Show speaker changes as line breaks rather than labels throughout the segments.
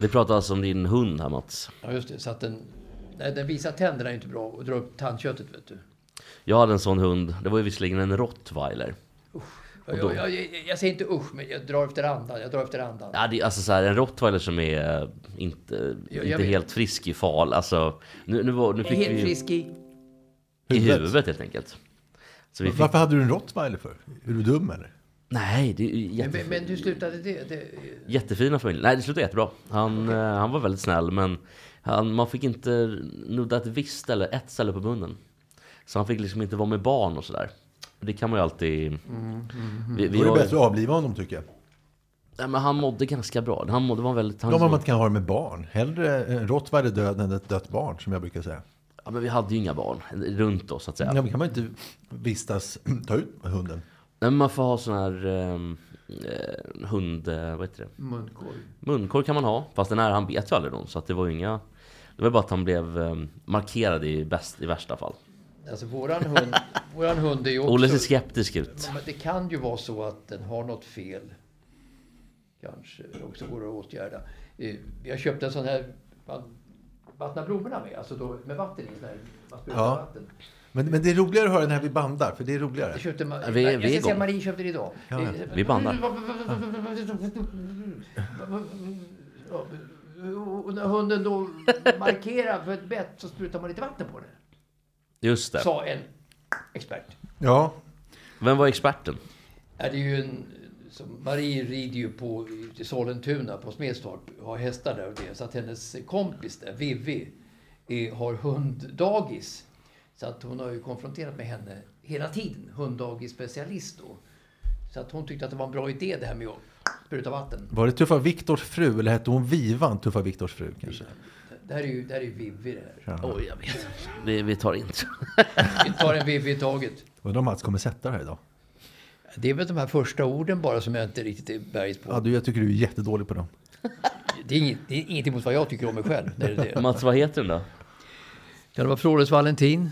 Vi pratar alltså om din hund här Mats.
Ja, just det. Så att den, nej, den visar tänderna är inte bra och drar upp tandköttet, vet du.
Jag hade en sån hund. Det var ju visserligen en rottweiler.
Jag,
då?
jag, jag, jag säger inte usch, men jag drar efter andan. Jag drar efter andan.
Ja, det är alltså så här, en rottweiler som är eh, inte,
jag
inte
vet.
helt frisk i fal. Alltså, nu, nu, var- nu fick
Helt
vi
frisk i...
i
Huvudet.
huvudet helt enkelt. Så vi fick,
Varför hade du en rottweiler för? Är du dum eller?
nej, det är ju
Men,
jätte,
men, men du slutade det. det
jättefina familjer. Nej, det slutade jättebra. Han, eh, han var väldigt snäll, men han, man fick inte nudda ett visst ställe, ett ställe på munnen. Så han fick liksom inte vara med barn och sådär. Det kan man ju
Mm,
alltid... Vi, vi
Då är det
har ju-
bättre att avliva honom tycker jag.
nej, men han mådde ganska bra. Han mådde var väldigt... Han,
De man inte kan ha det med barn. Hellre en rottweiler död än ett dött barn som jag brukar säga.
ja, men vi hade ju inga barn runt oss så att säga.
Ja. men kan man inte vistas, ta ut med hunden?
Nej, men man får ha sån här ehm, eh, hund... Eh, vad heter det?
munkorg.
Munkorg kan man ha. Fast den här, han bet ju aldrig någon. Så att det var ju inga... Det var bara att han blev ehm, markerad i, bäst, i värsta fall.
Alltså våran hund, våran hund är ju också...
Olle ser skeptisk ut.
Men det kan ju vara så att den har något fel. Kanske också går att åtgärda. Eh, Jag köpte en sån här... Man vattnar blommorna med. Alltså då, med vatten i. Sån här, man sprutar
Ja.
vatten.
Men, men det är roligare att höra den här vi bandar, för det är roligare.
Jag köpte... Ma-
Vi- vi är
jag ska säga
igång.
att Marie köpte det idag.
Ja, ja.
Vi bandar.
Ja, Och när Mm. hunden då markerar för ett bett så sprutar man lite vatten på det.
Just det.
Sa en expert.
Ja,
Vem var experten?
är det ju en... Som Marie rider ju på i Sollentuna, på Smedstorp, har hästar där och det. Så att hennes kompis där, Vivi, eh, har hunddagis. Så att hon har ju konfronterat med henne hela tiden, hunddagisspecialist då. Så att hon tyckte att det var en bra idé det här med att spruta vatten.
var det Tuffa Viktors fru eller hette hon Vivan Tuffa Viktors fru kanske?
Det här är ju, det här är ju Vivi det här.
Oj, jag vet inte. vi, vi tar inte.
Vi tar en Vivi i taget.
Undrar om Mats kommer sätta det här idag?
Det är väl de här första orden bara som jag inte riktigt är bergis
Ja,
på.
du, jag tycker du är jättedålig på dem.
Det är, inget, det är ingenting mot vad jag tycker om mig själv. Det är det. Kan
Mats, vad heter den då?
det vara Flores Valentin?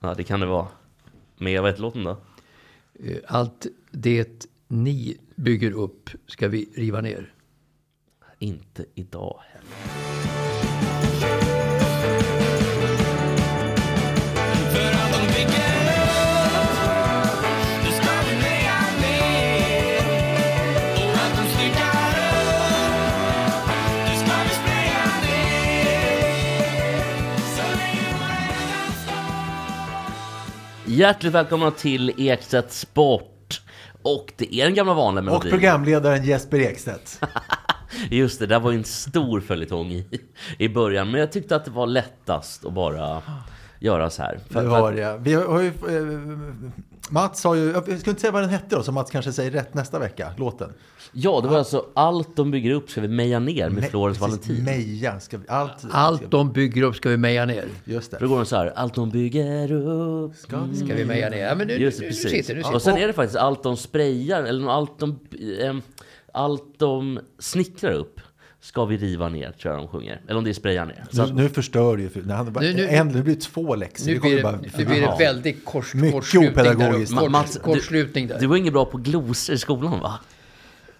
Ja, det kan det vara. Men vad heter låten då?
Eh, Allt det ni bygger upp ska vi riva ner.
Inte idag heller.
För att de bygger upp Det ska bli mer och mer Och att de styckar upp Det ska vi spraya ner Så länge man redan
Hjärtligt välkomna till Ekstedt Sport. Och det är den gamla vanliga
Och
melodin.
programledaren Jesper Ekstedt.
Just det, det där var ju en stor följetong i, i början. Men jag tyckte att det var lättast att bara göra så här. För,
Det
för
var det. Vi har ju, eh, Mats har ju, jag ska inte säga vad den hette då, så Mats kanske säger rätt nästa vecka, låten.
ja, det var alltså allt de bygger upp ska vi meja ner med
Me-
Florens
precis,
Valentin.
Meja, ska vi, allt.
Allt de bygger upp ska vi meja ner.
Just
Då
det.
går de så här, allt de bygger upp.
Ska vi meja ner? Ja, men nu,
Just
nu,
det,
nu
precis.
sitter nu
och
sitter.
sen är det faktiskt allt de sprayar, eller allt de, ehm, allt de snickrar upp ska vi riva ner, tror jag de sjunger. Eller om det är spraya ner. Så att,
Nu, nu förstör du ju. för- Nej, han, bara,
Nu- nu-
en, det blir två läxor.
Nu
Det kommer
blir
bara-
det, nu blir det
Jaha.
väldigt kors,
Mycket
kortslutning där.
opedagogiskt.
uppe.
Mats,
Kors,
du-
kortslutning där.
du var ingen bra på glosor i skolan va?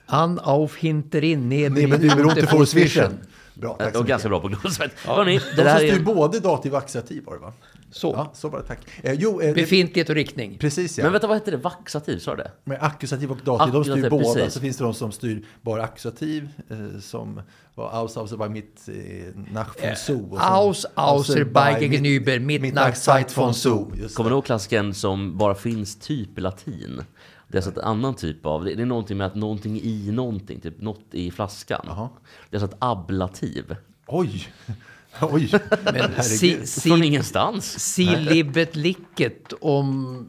An auf hinterin, neben
Nej, men Uber inte får swishen. Bra, tack så
Äh, Och ganska
mycket.
bra på glosor. Hörrni, det
De som
här är...
styr både dativ och accusativ var det va?
Så.
Ja, så var det, tack. Eh, jo, eh, det,
Befintlighet och riktning.
precis ja.
Men
Men,
vänta, vad hette det? Vaxativ, sa du det?
accusativ och dativ, de styr
Accusativ,
båda.
precis.
Så finns det de som styr bara accusativ, eh, som var aus, aus, war mitt, eh, nach von so.
Aus, auser, beige, genüber, mit, nach, seit von so.
Just
Kommer
det.
du ihåg klassiken som bara finns typ i latin? Det är alltså ett annan typ av, det det är någonting med att någonting i någonting, typ något i flaskan. Det är alltså ett ablativ.
Oj, oj.
Men si,
Från
si,
ingenstans.
si libbet licket, om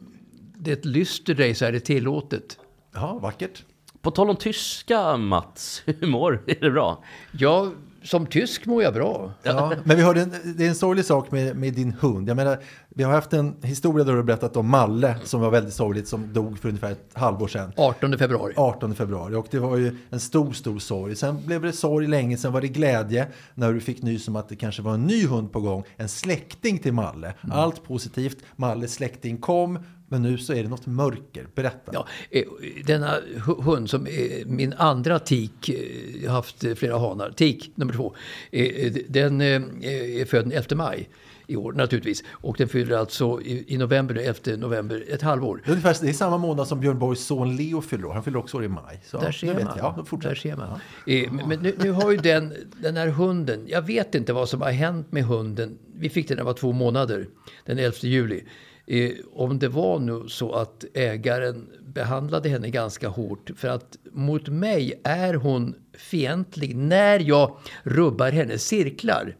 det lyster dig så är det tillåtet.
Ja, vackert.
På tal om tyska Mats, hur mår Är det bra?
Ja, som tysk mår jag bra.
Ja, men vi hörde en, det är en sorglig sak med, med din hund. Jag menar, vi har haft en historia där du har berättat om Malle som var väldigt sorgligt, som dog för ungefär ett halvår sedan.
18 februari.
18 februari och det var ju en stor, stor sorg. Sen blev det sorg länge, sen var det glädje när du fick nys om att det kanske var en ny hund på gång, en släkting till Malle.
Mm.
Allt positivt, Malles släkting kom, men nu så är det något mörker. Berätta.
Ja, eh, denna hu- hund som är min andra tik, eh, jag har haft eh, flera hanar, tik nummer två, eh, eh, den eh, är född den 11 maj i år naturligtvis. Och den fyller alltså i i november, nu, 11 november, ett halvår.
Det är, ungefär, det är samma månad som Björn Borgs son Leo fyller år. Han fyller också år i maj. Så
Där
nu
ser
vet
man.
jag. Ja, fortsätt.
Där ser man. Eh, men- Men nu, nu har ju den, den här hunden, jag vet inte vad som har hänt med hunden. Vi fick den när den var två månader, den 11 juli. Eh, om det var nu så att ägaren behandlade henne ganska hårt. För att mot mig är hon fientlig när jag rubbar hennes cirklar.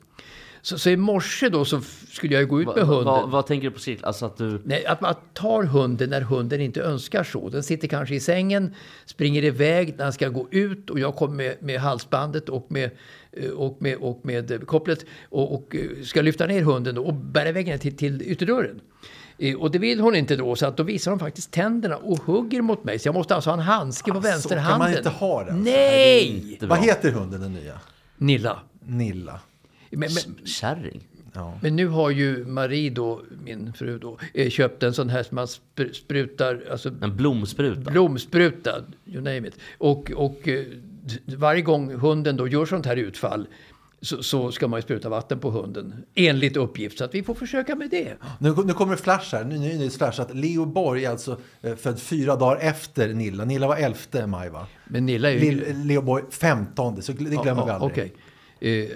Så, så i morse då så f- skulle jag ju gå ut med
Va-
hunden.
va- vad tänker du på cirkel? Alltså att du...
Nej, att man tar hunden när hunden inte önskar så. Den sitter kanske i sängen, springer iväg när han ska gå ut och jag kommer med, med halsbandet och med, eh, och med, och med eh, kopplet och, och eh, ska lyfta ner hunden då och bära iväg henne till, till ytterdörren. Eh, Och det vill hon inte då, så att då visar hon faktiskt tänderna och hugger mot mig. Så jag måste alltså ha en handske på
Ah, så
vänsterhanden.
kan man inte ha det, alltså.
Nej!
Det är
Vad
bra.
heter hunden den nya?
Nilla.
Nilla.
Men, men,
Kärring?
Ja.
Men nu har ju Marie då, min fru då, eh, köpt en sån här som man spr- sprutar, alltså
En blomspruta?
blomspruta, you name it. Och, och eh, d- varje gång hunden då gör sånt här utfall så, så ska man ju spruta vatten på hunden, enligt uppgift. Så att vi får försöka med det.
Nu, nu kommer det flash här. Nu, nu, nu är det flash att Leo Borg är alltså eh, född fyra dagar efter Nilla. Nilla var 11 maj va?
Men Nilla är ju...
Lill- Leo Borg 15, så det glömmer vi aldrig.
Okej. Eh,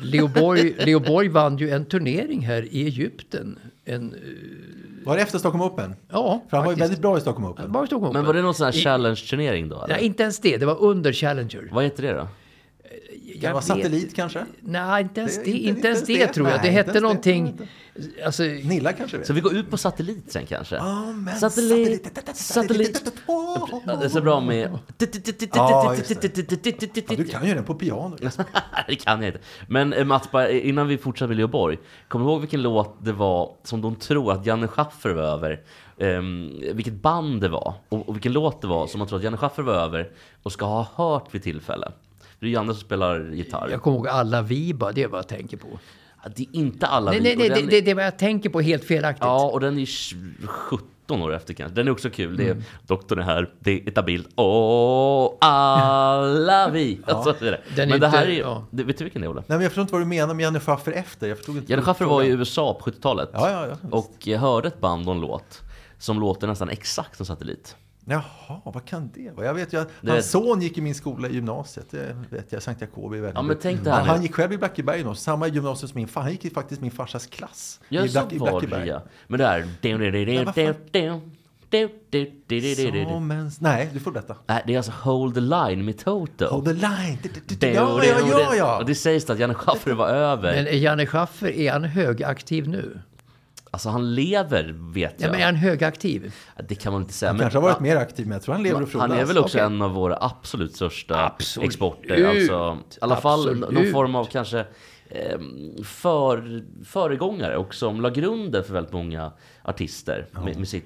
Leoborg, Leoborg vann ju en turnering här i Egypten. En, eh,
Var det efter Stockholm Open?
ja,
För han var ju
faktiskt.
väldigt bra i Stockholm Open.
Bara Stockholm.
Men var det någon sån här challenge-turnering då? Eller?
Nej, inte ens det. Det var under Challenger.
Vad heter det då?
det
Jag
var
vet-
satellit kanske?
Nej, inte ens
Det-
det,
inte-
inte
inte
ens
ens
det,
det.
tror jag.
Nej,
det
inte
hette
ens det.
någonting... Alltså,
Nilla kanske vet.
Så vi går ut på satellit sen kanske?
Ja, men
satellit,
satellit-
satellit. Ja, Det är så bra med...
Ja, just Ja, du kan ju den på piano.
Det kan jag inte. Men eh, Mats, bara, eh, innan vi fortsätter med Leoborg. Kommer du ihåg vilken låt det var som de tror att Janne Schaffer var över? Ehm, vilket band det var och, och vilken låt det var som man tror att Janne Schaffer var över och ska ha hört vid tillfälle. Det är Janne som spelar gitarr.
jag kommer ihåg alla vi bara, det är vad jag tänker på.
Ja, Det är inte alla
Nej,
vi-
nej,
och
nej,
den-
det, det, det är vad jag tänker på helt felaktigt.
Ja, och den är tj- 17 år efter kanske. Den är också kul.
Mm.
Det är Doktorn är här, det är ett bild. Åh, alla vi! Alltså, så är det.
Den är
Men det här
inte-
är ju...
ja.
det- Vet du vilken det är, Olle?
Nej, men jag förstår inte vad du menar med Janne Schaffer efter. Jag förstod inte
Janne Schaffer var i USA på 70-talet.
Ja, ja, ja, visst.
och jag hörde ett band och en låt som låter nästan exakt som Satellit.
Jaha, vad kan det vara? Jag vet ju att
Det
hans
vet-
son gick i min skola i gymnasiet. Det vet jag, Sankt Jakobi i Vällingby.
Ja, men tänk det här
han,
nu.
han gick själv i Blackeberg gymnasium, samma gymnasium som min far. Han gick i faktiskt min farsas klass.
Ja,
i
så
Black- i
var det ja. Men det här...
vad Som en... Nej, du får berätta.
Nej, Det är alltså Hold the Line med Toto.
Hold the line! Ja, ja, ja,
Och
ja!
det sägs att Janne Schaffer var över.
Men är Janne Schaffer, är han högaktiv nu?
Alltså han lever vet
Ja.
jag.
men är han högaktiv?
Det kan man inte säga.
Kanske har varit mer aktiv, men jag tror han lever och
han
frodas.
är väl också
Okej.
en av våra absolut största
Absolut.
exporter. Alltså, I alla fall n- någon
Absolut.
form av kanske eh, för, föregångare och som la grunden för väldigt många artister. Med, med sitt,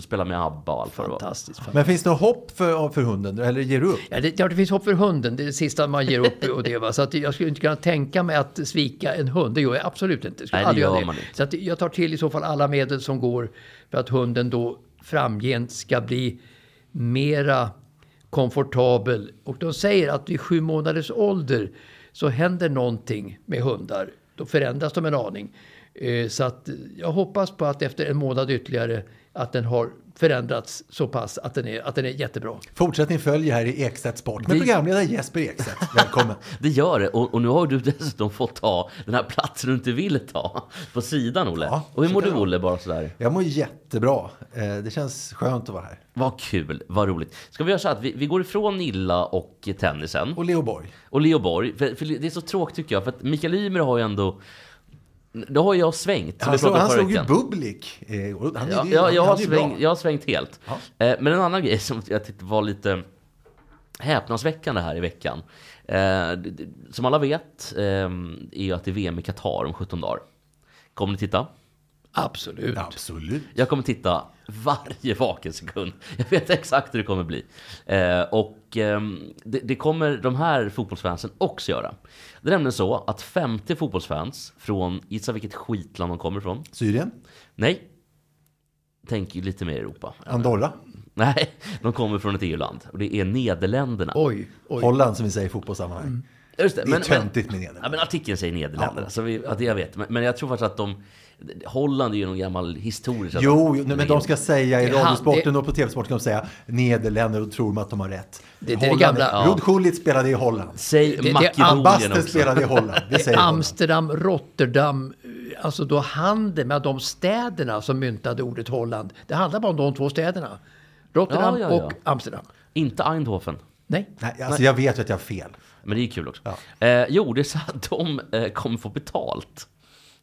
spela med ABBA och allt vad det var.
Fantastiskt. fan.
Men finns det något hopp för, för hunden? Eller ger du upp?
Ja, det, ja, det finns hopp för hunden. Det är det sista man ger upp. Och det, va? Så att jag skulle inte kunna tänka mig att svika en hund. Det gör jag absolut inte. Jag Skulle
Nej, det
aldrig göra
gör man inte.
Så att jag tar till i så fall alla medel som går för att hunden då framgent ska bli mera komfortabel. Och de säger att vid sju månaders ålder så händer någonting med hundar. Då förändras de en aning. Eh, Så att jag hoppas på att efter en månad ytterligare att den har förändrats så pass att den är, att den är jättebra.
Fortsättning följer här i Ekstedt Sport med
Det-
programledare Jesper Ekstedt. Välkommen!
Det gör det. Och, och nu har du dessutom fått ta den här platsen du inte ville ta. På sidan Olle.
Ja,
och hur
så
mår
kan
du
det vara.
Olle bara sådär?
Jag mår jättebra. Eh, Det känns skönt att vara här.
Vad kul, vad roligt. Ska vi göra så här att vi, vi går ifrån Nilla och tennisen.
Och Leo Borg.
Och Leo Borg. För, för det är så tråkigt tycker jag, för att Mikael Ymer har ju ändå... Då har jag svängt. som vi
Han slog,
pratade
han
förra
slog ju
veckan.
Bublik eh, i år. Han är
Ja,
ju-
jag, jag,
han
har
är ju
sväng,
bra.
jag har svängt helt. Eh, Men en annan grej som jag tyckte var lite häpnadsväckande här i veckan. Eh, d- d- som alla vet eh, är ju att det är VM i Qatar om 17 dagar. Kommer ni titta?
Absolut.
Absolut.
Jag kommer titta varje vaken sekund. Jag vet exakt hur det kommer bli. Eh, och ehm, det, det kommer de här fotbollsfansen också göra. Det är nämligen så att 50 fotbollsfans från, gissa vilket skitland de kommer ifrån?
Syrien?
Nej. Tänk ju lite mer Europa.
Andorra?
Nej, de kommer från ett EU-land. Och det är Nederländerna.
Oj, oj.
Holland som vi säger i fotbollssammanhang.
Just det,
Det är töntigt med
Ja,
Nederländerna.
men artikeln säger Nederländerna, så vi, att jag vet. Men, men jag tror faktiskt att de... Holland är ju någon gammal historisk...
Jo, jo, nej, men de ska säga i
Det är han-
Radiosporten
det-
och på TV-sporten ska de säga Nederländer och tror de att de har rätt.
det är det
Holland-
gamla- ja.
Rod Gullit spelade i Holland.
Säg
det-
Makedonien
Basten
också.
spelade i Holland. Det säger Holland.
Amsterdam, Rotterdam, eh, alltså då handeln med de städerna som myntade ordet Holland. Det handlar bara om de två städerna. Rotterdam
Ja, ja, ja.
och Amsterdam.
Inte Eindhoven.
Nej.
Nej, alltså jag vet ju att jag har fel.
Men det är ju kul också. Eh, jo, det är så att de eh, kommer få betalt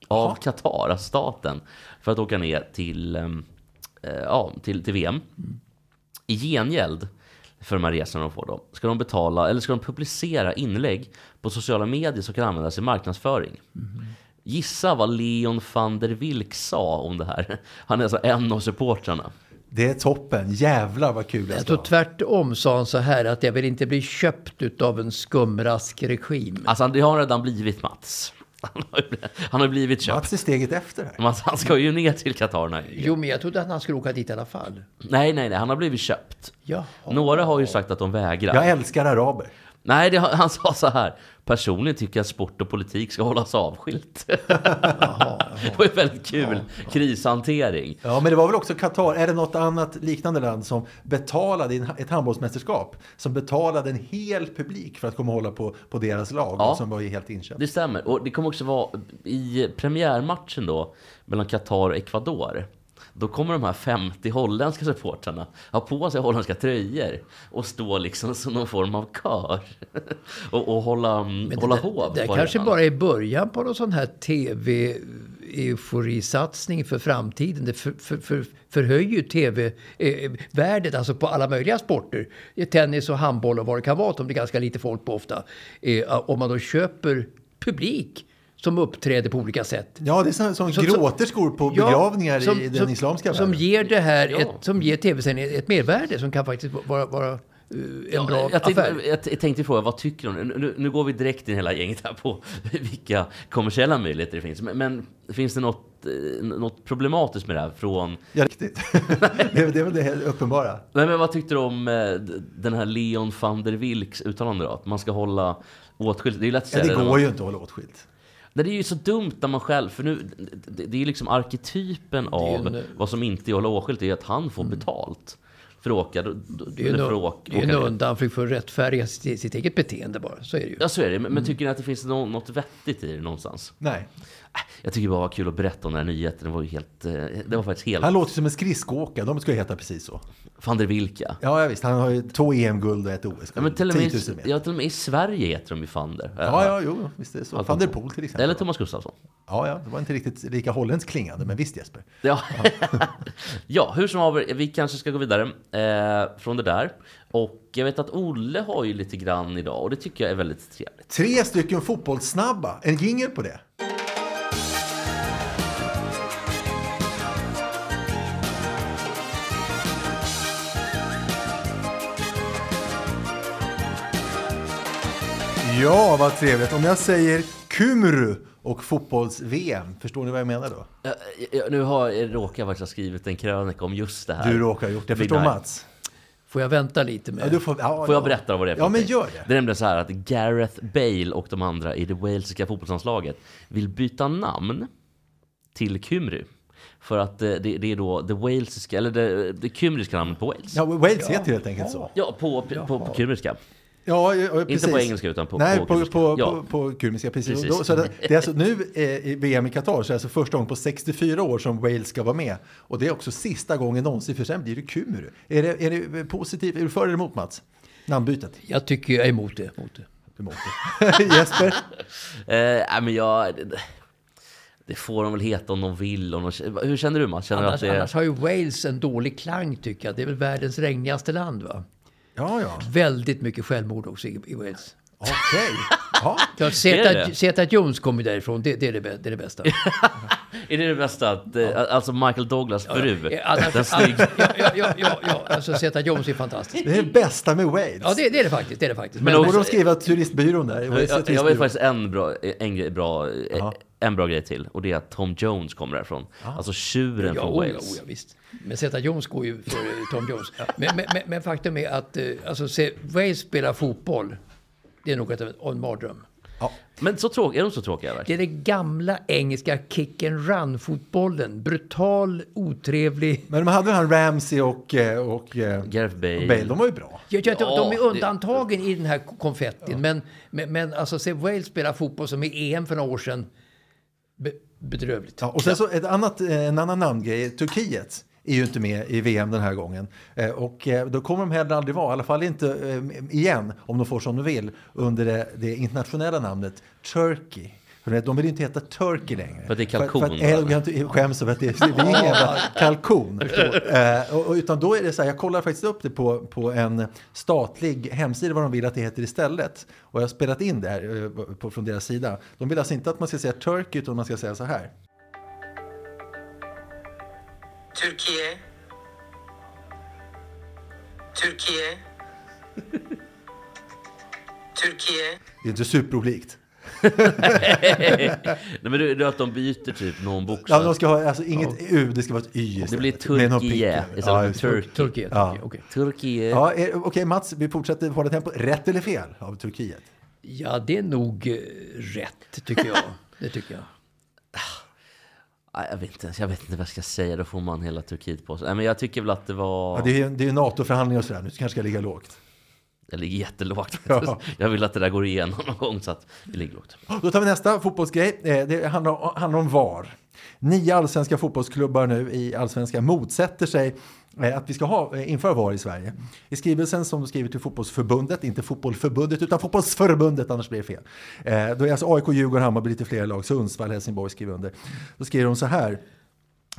av Qatar, alltså staten, för att åka ner till, ehm, eh, ja, till, till VM. I gengäld för de här resorna de får då, ska de betala, eller ska de publicera inlägg på sociala medier som kan användas i marknadsföring. Gissa vad Leon van der Wilk sa om det här. Han är alltså en av supportrarna.
Det är toppen. Jävlar vad kul det
Jag
ska
tror
vara.
Alltså tvärtom sa han så här att jag vill inte bli köpt av en skumrask regim.
Alltså han- det har han redan blivit Mats. Han har ju blivit, han har blivit köpt.
Mats är steget efter här.
Mats, han ska ju ner till Qatar nu.
Jo, men jag trodde att han skulle åka dit i alla fall.
Nej, nej, nej, han har blivit köpt.
Jaha.
Några har ju sagt att de vägrar.
Jag älskar araber.
Nej, det, har- han sa så här. Personligen tycker jag att sport och politik ska hållas avskilt. Det var ju väldigt kul krishantering.
Ja, men det var väl också Qatar. Är det något annat liknande land som betalade i en- ett handbollsmästerskap? Som betalade en hel publik för att komma och hålla på, på deras lag
Ja.
som var ju helt inköpt.
Det stämmer. Och det kommer också vara i premiärmatchen då mellan Qatar och Ecuador. Då kommer de här 50 holländska supportrarna ha på sig holländska tröjor och stå liksom som någon form av kör. och, och hålla, hålla hov.
Det
på
kanske
arenan.
bara är början på någon sån här tv-euforisatsning för framtiden. Det för, för, för, förhöjer ju tv-värdet alltså på alla möjliga sporter. I Tennis och handboll och vad det kan vara, som det är ganska lite folk på ofta. Eh, Om man då köper publik som uppträder på olika sätt.
Ja, det är som, som
Så- så-
gråterskor på
Ja,
begravningar
som-
i den
som-
islamiska
Som
världen.
ger det här
Ja.
ett, som ger tv-sändningen ett mervärde som kan faktiskt vara, vara eh, en bra
jag, tänkte,
affär.
jag, jag tänkte fråga, vad tycker de? Nu, nu går vi direkt in hela gänget här på vilka kommersiella möjligheter det finns. Men, men finns det något, eh, något problematiskt med det här? Från,
Ja, riktigt. det, är- det är väl det helt uppenbara.
nej, men vad tyckte du om eh, d- den här Leon van der Wilks uttalande då? Att man ska hålla åtskilt. Det är ju lätt att
Ja,
säga
det
när
går
man-
ju inte att hålla åtskilt.
Nej, det är ju så dumt när man själv, för nu, det, det är ju liksom arketypen
är ju
av
en-
vad som inte är att hålla åtskilt, det är att han får betalt. För att åka, då- då-
Det är ju
eller
en,
för att åka-
det är en
åka-
undanflykt för att rättfärdiga sitt, sitt eget beteende bara. Så är det ju.
Ja, så är det. Men,
Mm.
men tycker ni att det finns nå- något vettigt i det någonstans?
Nej.
Jag tycker bara det var kul att berätta om den här nyheten. Det var ju helt... eh, Det var faktiskt helt...
Han låter som en skridskoåkare. De ska ju heta precis så.
Van der Wilka.
Ja, ja visst. Han har ju två EM-guld och ett OS-guld.
Ja, men till och, med,
10 000 meter.
ja, till och med i Sverige heter de ju Van der.
Ja, ja, jo, visst är det så.
Allt
Van der
om-
Poel till exempel.
Eller Thomas Gustafsson.
Ja, ja, det var inte riktigt lika holländskt klingande, men visst Jesper.
Ja. ja, hur som haver, vi kanske ska gå vidare eh, från det där. Och jag vet att Olle har ju lite grann idag och det tycker jag är väldigt trevligt.
Tre stycken fotbollssnabba, en jingel på det. Ja, vad trevligt. Om jag säger Kumru och fotbolls-VM, förstår ni vad jag menar då?
Eh, jag- nu har, jag råkar jag faktiskt ha skrivit en krönika om just det här.
Du råkar ha gjort det.
Vid
Förstår
här-
Mats?
Får jag vänta lite med?
Ja, du får, ja,
Får jag
ja.
berätta vad det är för
Ja, men
någonting?
gör det.
Det är nämligen så här att Gareth Bale och de andra i det walesiska fotbollslandslaget vill byta namn till Kymru. För att eh, det, det är då det walesiska, eller det, det kymriska namnet på Wales.
Ja, Wales heter helt enkelt så.
Ja, på, på, på, Eh, på kymriska.
Ja, ja, ja, precis.
på engelska, utan på-
Nej,
på
på, på,
kurdiska.
på,
Ja.
på kurdiska. Precis.
Precis.
Och Då, så det, det är alltså, nu eh, i VM i Qatar så är det alltså första gången på 64 år som Wales ska vara med. Och det är också sista gången någonsin, för sen blir det Kumru. Är det, är det positivt? Är du för eller emot Mats? Namnbytet?
Jag tycker jag är emot det. Emot det.
Emot det. Jesper?
Eh, nej, men jag... Det, det får de väl heta om de vill. Om de, hur känner du Mats? Känner du
Annars,
att det är...
annars har ju Wales en dålig klang tycker jag. Det är väl världens regnigaste land va?
Ja, ja.
Väldigt mycket självmord också i, i Wales.
Okej. Ja.
Klart,
Är det
Zeta,
det?
Zeta Jones kom ju därifrån, det, det, är det, bä- det är det bästa.
Är det det bästa? Att, eh, Alltså Michael Douglas fru.
Ja, annars-
Den snygg.
ja, ja, ja, ja, ja, alltså Zeta Jones är fantastisk.
Det är det bästa med Wales.
Ja, det, det är det faktiskt. Det är det faktiskt.
Men
Men,
också-
Borde de skriva turistbyrån där?
Jag,
Wales
jag, jag
turistbyrå.
vet faktiskt en bra, en, grej, bra, eh,
Ja.
en bra grej till och det är att Tom Jones kommer därifrån. Alltså tjuren
ja,
från
oh, ja,
Wales.
oh, ja, visst. Men Zeta Jones går ju före Tom Jones. Men, men, men, men faktum är att eh, alltså, se, Wales spelar fotboll, det är nog ett, en mardröm.
Men så tråk, är de så tråkiga?
Det
verkligen?
är den gamla engelska kick and run-fotbollen. Brutal, otrevlig.
Men de hade ju han Ramsey och, eh, och eh,
Gareth Bale.
Bale. De var ju bra.
Jag, jag,
Ja,
de
det-
är undantagen i den här konfettin. Men, men, men alltså, se Wales spela fotboll som i EM för några år sedan. Be, bedrövligt.
Ja, och sen så ett annat, eh, en annan namngrej, Turkiet är ju inte med i VM den här gången. Eh, Och eh, då kommer de heller aldrig vara, i alla fall inte eh, igen, om de får som de vill, under det, det internationella namnet Turkey. För det- De vill ju inte heta Turkey längre.
För att det är kalkon,
För, för att
va?
Erdogan ty- skäms över att det är, vi är ingen jävla kalkon. Eh, och, och, utan då är det så här, jag kollar faktiskt upp det på, på en statlig hemsida vad de vill att det heter istället. Och jag har spelat in det här eh, på, från deras sida. De vill alltså inte att man ska säga Turkey utan man ska säga så här.
Türkiye Türkiye Türkiye
Det är inte superolikt.
Nej men det det är att de byter typ någon
Ja, de
bokstav.
ska ha alltså, inget U, det ska vara ett Y istället.
Det blir
Med någon
Turkiye
prick över.
istället
Ja,
för
just det.
Turk.
Turkiet.
Ja.
Turkiet, okej.
Turkiet.
Ja, eh, Okej Mats, vi fortsätter hålla tempo. Rätt eller fel av Turkiet?
Ja, det är nog eh, rätt, tycker jag. Det tycker jag.
Nej, Ah, Jag vet, inte, jag vet inte vad jag ska säga, då får man hela Turkiet på sig. Nej men jag tycker väl att det var...
Ja, det är ju det är ju NATO-förhandlingar och sådär, nu kanske jag ligga lågt.
Jag ligger jättelågt.
Ja.
Jag vill att det där går igenom någon gång så att vi ligger lågt.
Då tar vi nästa fotbollsgrej. Eh, Det handlar, handlar om VAR. Nio allsvenska fotbollsklubbar nu i allsvenskan motsätter sig eh, att vi ska ha, eh, införa VAR i Sverige. I skrivelsen som de skriver till fotbollsförbundet, inte fotbollförbundet utan fotbollsförbundet, annars blir det fel. Eh, Då är alltså AIK, Djurgården, Hammarby, lite fler lag, Sundsvall, Helsingborg skriver under. Då skriver de så här.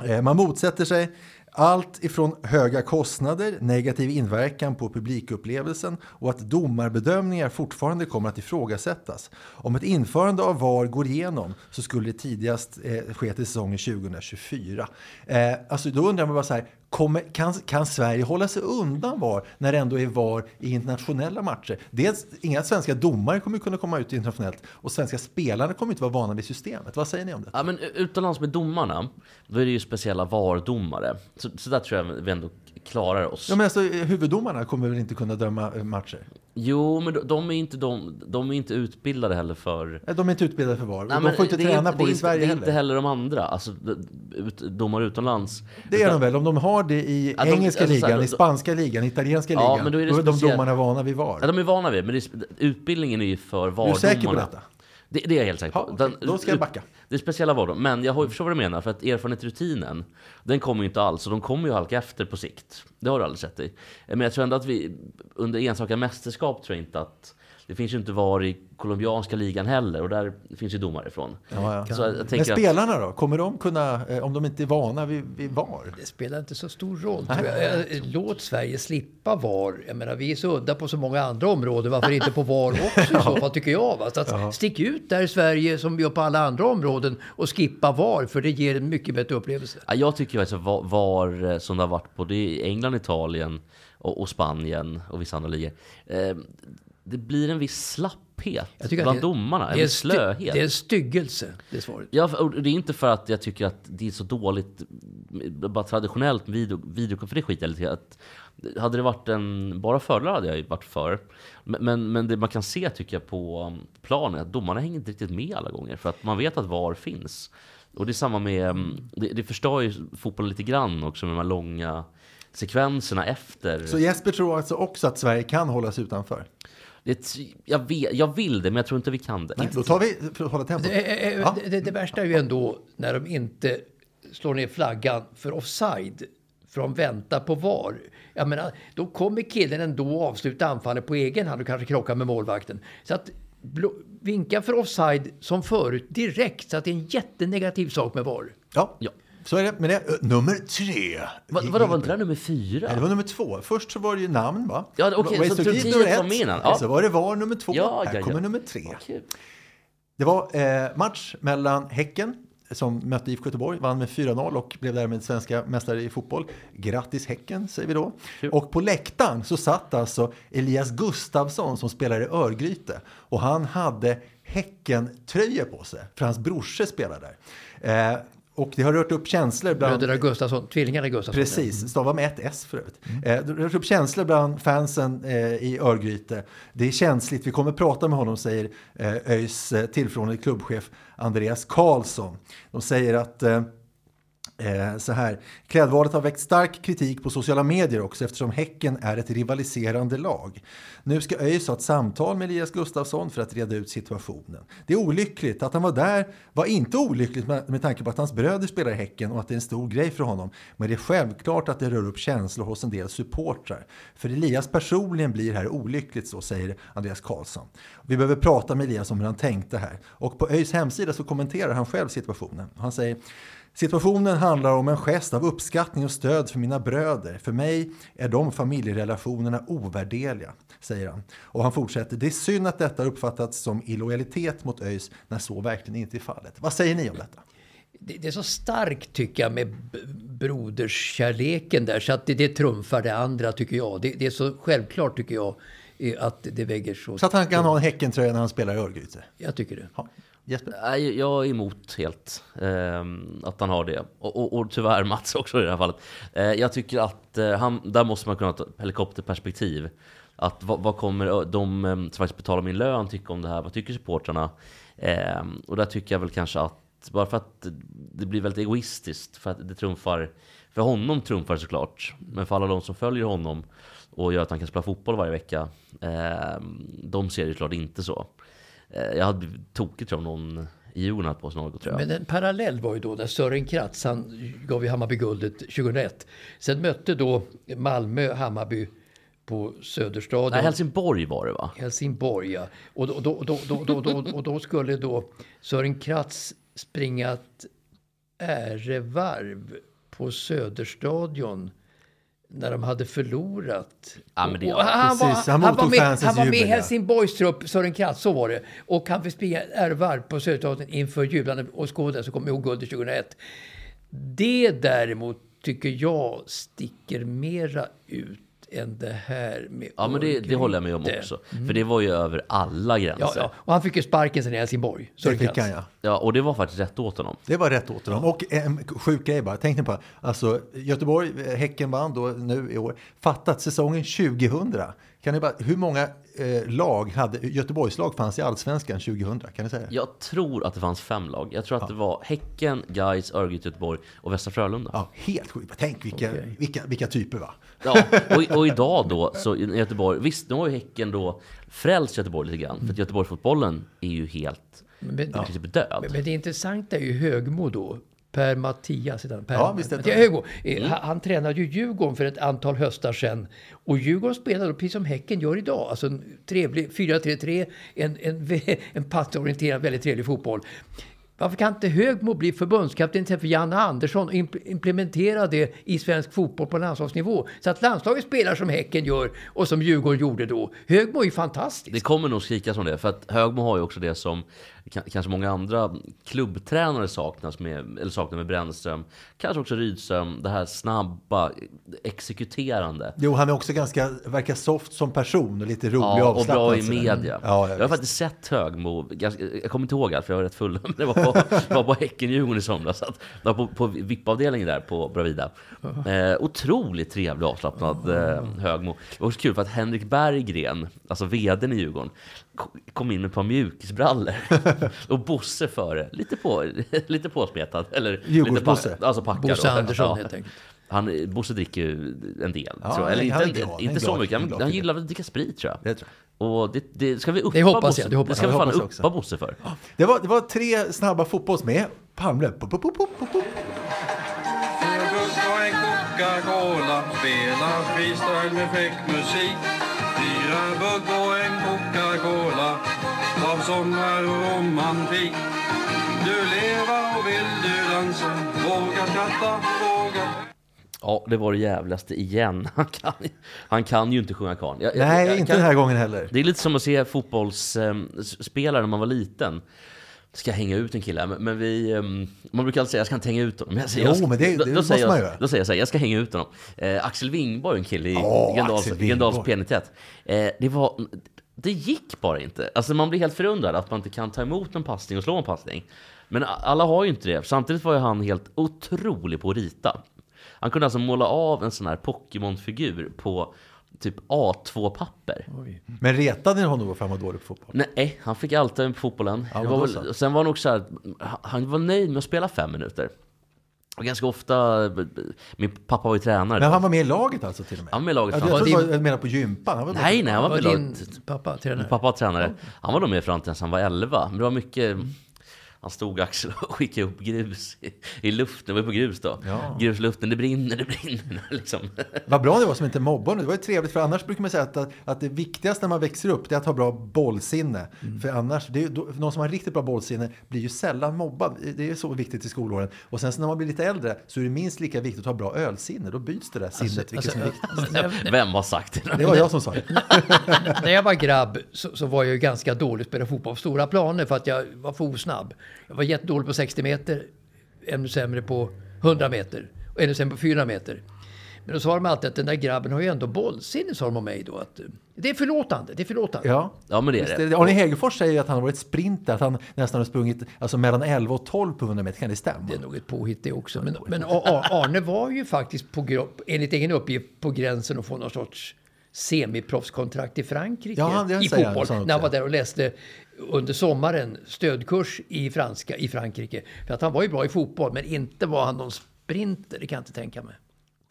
Eh, Man motsätter sig allt ifrån höga kostnader, negativ inverkan på publikupplevelsen och att domarbedömningar fortfarande kommer att ifrågasättas. Om ett införande av VAR går igenom så skulle det tidigast eh, ske till säsongen 2024. Eh, alltså då undrar man bara så här, kommer, kan, kan Sverige hålla sig undan VAR när det ändå är VAR i internationella matcher? Dels, inga svenska domare kommer kunna komma ut internationellt och svenska spelare kommer inte vara vana vid systemet. Vad säger ni om det?
Ja, men utomlands med domarna, då är det ju speciella VAR-domare. Så, så där tror jag vi ändå klarar oss.
Ja, men alltså, huvuddomarna kommer väl inte kunna döma eh, matcher?
Jo, men de- de är ju inte, de, de är inte utbildade heller för...
Eh, De är inte utbildade för VAR.
Nej,
de
men
får inte
det är
träna
inte- det
på det
är
i
inte-
Sverige
Det är
heller.
inte heller de andra, alltså d- ut, domare utomlands.
Det är de väl? Om de har det i
Ja, de-
engelska
alltså, så här,
ligan, i
de-
spanska ligan, i italienska
Ja,
ligan,
men då är det
de
speciellt.
domarna vana vid VAR.
Ja, de är vana vid, men det är, sp- utbildningen är ju för VAR-domarna.
du säker på detta?
Det, det är jag helt säker på.
Ja, okej.
Den-
Då ska jag backa.
Det är speciella varor. Men jag har ju förstår vad du menar, för att erfarenhetsrutinen, den kommer ju inte alls. Och de kommer ju halka efter på sikt. Det har du alldeles rätt i. Men jag tror ändå att vi, under enstaka mästerskap tror jag inte att det finns ju inte VAR i colombianska ligan heller och där finns ju domare ifrån.
Ja, ja.
Så jag, jag
Men
tänker att,
spelarna då? Kommer de kunna, eh, om de inte är vana vid, vid VAR?
Det spelar inte så stor roll. Tror jag. Eh, Låt Sverige slippa VAR. Jag menar, vi är så udda på så många andra områden. Varför inte på VAR också i så fall, tycker jag. Va? Så att Stick ut där i Sverige som vi gör på alla andra områden och skippa VAR, för det ger en mycket bättre upplevelse.
ja, jag tycker ju alltså VAR, VAR eh, som det har varit både i England, Italien och, och Spanien och vissa andra ligor. Eh, det blir en viss slapphet
Jag tycker att
bland
det-
domarna. En
det är
viss
sty-
slöhet.
Det är en styggelse, det är svaret.
Ja, för- och det är inte för att jag tycker att det är så dåligt, bara traditionellt med video, video för det skiter jag lite i. att Hade det varit en, bara fördelar hade jag ju varit för. Men, men, men det man kan se tycker jag på um, planen, är att domarna hänger inte riktigt med alla gånger. För att man vet att VAR finns. Och det är samma med, mm, det, det förstör ju fotbollen lite grann också med de här långa sekvenserna efter.
Så Jesper tror alltså också att Sverige kan hålla sig utanför?
Det, jag, vet, jag vill det, men jag tror inte vi kan det.
Nej, då tar vi, för att hålla tempot.
Eh, eh, eh,
Ja.
Det, det, det värsta är ju ändå när de inte slår ner flaggan för offside. För de väntar på VAR. Jag menar, då kommer killen ändå avsluta anfallet på egen hand och kanske krocka med målvakten. Så att blå, vinka för offside som förut direkt. Så att det är en jättenegativ sak med VAR.
Ja.
Ja.
Så är det med det. Ö, Nummer tre.
Va, vadå, var inte det här nummer fyra?
Nej, det var nummer två. Först så var det ju namn va?
Ja, okej,
Waste
så
of Teeth
Turkiet
nummer
var
ett.
med innan. Ja.
Så var det VAR nummer två.
Ja,
Här
ja, ja.
kommer nummer tre.
Okej.
Det var eh, match mellan Häcken som mötte IFK Göteborg, vann med 4-0 och blev därmed svenska mästare i fotboll. Grattis Häcken säger vi då. Och på läktaren så satt alltså Elias Gustafsson som spelade i Örgryte och han hade Häcken-tröja på sig för hans brorse spelar där. Eh, och det har rört upp känslor bland
Bröderna Gustafsson, tvillingarna Gustafsson.
Precis, stava med ett S för övrigt. Eh, det rör upp känslor bland fansen eh, i Örgryte. Det är känsligt, vi kommer prata med honom, säger eh, ÖIS eh, tillförordnade klubbchef Andreas Karlsson. De säger att eh, Eh, så här. Klädvalet har väckt stark kritik på sociala medier också eftersom Häcken är ett rivaliserande lag. Nu ska ÖIS ha ett samtal med Elias Gustafsson för att reda ut situationen. Det är olyckligt. Att han var där var inte olyckligt med, med tanke på att hans bröder spelar i Häcken och att det är en stor grej för honom. Men det är självklart att det rör upp känslor hos en del supportrar. För Elias personligen blir här olyckligt, så säger Andreas Karlsson. Vi behöver prata med Elias om hur han tänkte här. Och på ÖIS hemsida så kommenterar han själv situationen. Han säger Situationen handlar om en gest av uppskattning och stöd för mina bröder. För mig är de familjerelationerna ovärdeliga, säger han. Och han fortsätter. Det är synd att detta har uppfattats som illojalitet mot ÖIS när så verkligen inte är fallet. Vad säger ni om detta?
Det, det är så starkt tycker jag med b- broderskärleken där. Så att det, det trumfar det andra tycker jag. Det, det är så självklart tycker jag eh, att det väger så...
Så att han kan ha en Häckentröja när han spelar i Örgryte.
Jag tycker det.
Ja. Jesper?
Nej, jag är emot helt ehm, att han har det. Och, och, och tyvärr Mats också i det här fallet. Eh, jag tycker att eh, han, där måste man kunna ha ett helikopterperspektiv. Att vad, vad kommer ö- de eh, som faktiskt betalar min lön tycka om det här? Vad tycker supportrarna? Ehm, och där tycker jag väl kanske att, bara för att det blir väldigt egoistiskt, för att det trumfar, för honom trumfar det såklart, men för alla de som följer honom och gör att han kan spela fotboll varje vecka, ehm, de ser det ju såklart inte så. Eh, Jag hade blivit tokig tror jag om någon i Djurgården hade på sig något tror jag.
Men en parallell var ju då när Sören Kratz, han gav ju Hammarby guldet 2001. Sen mötte då Malmö Hammarby på Söderstadion.
Nej, Helsingborg var det va?
Helsingborg, ja. Och då, då, då, då, då, då, och då skulle då Sören Kratz springa ett ärevarv på Söderstadion när de hade förlorat.
Ja, men det-
Och han,
precis.
var,
Han
han, var
mottog
med,
fansens
han var med i
jubel, ja.
Helsingborgs trupp, Sören Kratz, så var det. Och han fick springa ett ärevarv på Söderstadion inför jublande åskådare som kom ihåg guldet 2001. Det däremot tycker jag sticker mera ut än det här med
Ja men det, det håller jag med om
Örgryte.
också. För det var ju över alla
Mm. Ja,
gränser.
ja. Och han fick ju sparken sen i Helsingborg.
Det
Sören
fick han
Kratz.
ja.
Ja, och det var faktiskt rätt åt honom.
Det var rätt åt dem. Och en sjuk grej bara, tänk ni på. Alltså, Göteborg, eh, Häcken vann då nu i år. Fattat, säsongen 2000. Kan ni bara, hur många eh, lag hade, Göteborgslag fanns i allsvenskan 2000? Kan ni säga det?
Jag tror att det fanns fem lag. Jag tror att det var Häcken, Gais, Örgryte, Göteborg och Västra Frölunda.
Ja, helt sjukt. Tänk vilka, vilka, vilka typer va?
Ja, och, och idag då, så i Göteborg, visst nu har ju Häcken då frälst Göteborg lite grann. För att
Mm.
Göteborgsfotbollen är ju helt,
Men,
i princip död.
men, men det intressanta är ju Högmo då. Per Mattias heter han. Per
Ja, visst heter
Mattias
han. Mm.
Högmo. Eh, Han, han tränade ju Djurgården för ett antal höstar sedan. Och Djurgården spelade då precis som Häcken gör idag. Alltså en trevlig 4-3-3, en, en, vä- en passorienterad, väldigt trevlig fotboll. Varför kan inte Högmo bli förbundskapten till för Janne Andersson och impl- implementera det i svensk fotboll på landslagsnivå? Så att landslaget spelar som Häcken gör och som Djurgården gjorde då. Högmo är ju fantastisk.
Det kommer nog skrikas om det, för att Högmo har ju också det som ka- kanske många andra klubbtränare saknas med, eller saknar med Brännström. Kanske också Rydström, det här snabba, eh, exekuterande.
Jo, han är också ganska, verkar soft som person och lite rolig och
Ja, och
avslappnad.
bra i
sådär.
media. jag
Ja, ja,
har
visst.
faktiskt sett Högmo, ganska, jag kommer inte ihåg allt för jag var rätt full, men det var på, det var på Häcken-Djurgården i somras. Så att, det var på, på VIP-avdelningen där på Bravida. Eh, otroligt trevlig avslappnad eh, Högmo. Det var också kul för att Henrik Berggren, alltså vdn i Djurgården, ko- kom in med ett par mjukisbrallor. och Bosse före, lite, på, lite påsmetad. Eller lite
Djurgårds-Bosse.
pack, alltså packad.
Bosse
då.
Andersson, helt enkelt.
Han, eh, Bosse dricker ju en del.
Ja,
tror jag. Eller
han
inte, inte,
är glad. Han är
inte så
glad.
mycket.
Han
Han,
är
han
glad för det.
gillar väl att dricka sprit tror jag.
Det tror jag.
Och det, det ska vi uppa
Det hoppas jag,
Bosse.
det hoppas
ska
jag.
vi
Det
fan
hoppas jag
uppa Bosse
också.
för.
Det var, det var tre snabba fotbolls med. Palmlöv. Pop, pop, pop, pop, pop.
och en Coca-Cola Spelar freestyle med fräck musik Fyra bugg och en Coca-Cola Av sommar och romantik du leva och vill du dansa? Våga skratta, våga
Ja, det var det jävligaste igen. Han kan, han kan ju inte sjunga kan. Jag- jag-
Nej,
jag
inte
kan-
den här gången heller.
Det är lite som att se fotbollsspelare när man var liten. Ska jag hänga ut en kille? Men men vi, ehm, man brukar alltid säga jag ska inte hänga ut honom. Men Jag säger,
Jo,
jag ska,
men det-
då-
det
då säger
måste man
jag,
göra.
Då säger jag så här, jag ska hänga ut honom. Eh, Axel Wingborg, en kille i
Åh,
Gröndals-
Axel
Gröndals
Wingborg.
penitet. Eh, det var... Det gick bara inte. Alltså man blir helt förundrad att man inte kan ta emot en passning och slå en passning. Men a- alla har ju inte det. Samtidigt var ju han helt otrolig på att rita. Han kunde alltså måla av en sån här Pokémon-figur på typ A2-papper.
Men retade ni honom då för han var dålig på fotboll?
Nej, han fick alltid med fotbollen.
Ja,
det
men
var
då
väl,
så.
och sen var han också så här, han- han var nöjd med att spela fem minuter. Och ganska ofta, b- b- min pappa var ju tränare.
Men han var med i laget alltså till och med?
Han var med i laget
Ja,
fram-
jag trodde
Var
du var- jag menar på gympan. Han var bara-
nej, nej, han var med
Var
i
din
laget.
pappa tränare?
Pappa var tränare. Han var nog med fram tills han var 11. Men det var mycket... Han stod axel och skickade upp grus i, i luften. Vi var på grus då.
Ja.
Grusluften, det brinner, det brinner. Liksom.
Vad bra det var som inte mobbade honom. Det var ju trevligt för annars brukar man säga att, att, att det viktigaste när man växer upp det är att ha bra bollsinne.
Mm.
För annars, det är, ju då, för någon som har riktigt bra bollsinne blir ju sällan mobbad. Det är ju så viktigt i skolåren. Och sen så när man blir lite äldre så är det minst lika viktigt att ha bra ölsinne. Då byts det där
Alltså,
sinnet, vilket som är viktigt.
Vem har sagt det?
Det var jag som sa det.
När jag var grabb så, så var jag ju ganska dålig på att spela fotboll på stora planer för att jag var för osnabb. Jag var jättedålig på 60 meter, ännu sämre på 100 meter och ännu sämre på 400 meter. Men då sa de alltid att den där grabben har ju ändå bollsinne, sa de om mig då. Att, eh, det är förlåtande, det är förlåtande.
Ja.
Ja, men det är
Visst
det.
Arne Hegerfors säger ju att han har varit sprinter, att han nästan har sprungit alltså, mellan 11 och 12 på 100 meter. Kan det stämma?
Det är nog ett påhitt det också. Men, men A- A- Arne var ju faktiskt, på, gro- enligt egen uppgift, på gränsen att få någon sorts semiproffskontrakt i Frankrike
Ja, han- det
i
säger han,
fotboll.
sa han också.
när han var där och läste under sommaren stödkurs i franska i Frankrike. För att han var ju bra i fotboll, men inte var han någon sprinter, det kan jag inte tänka mig.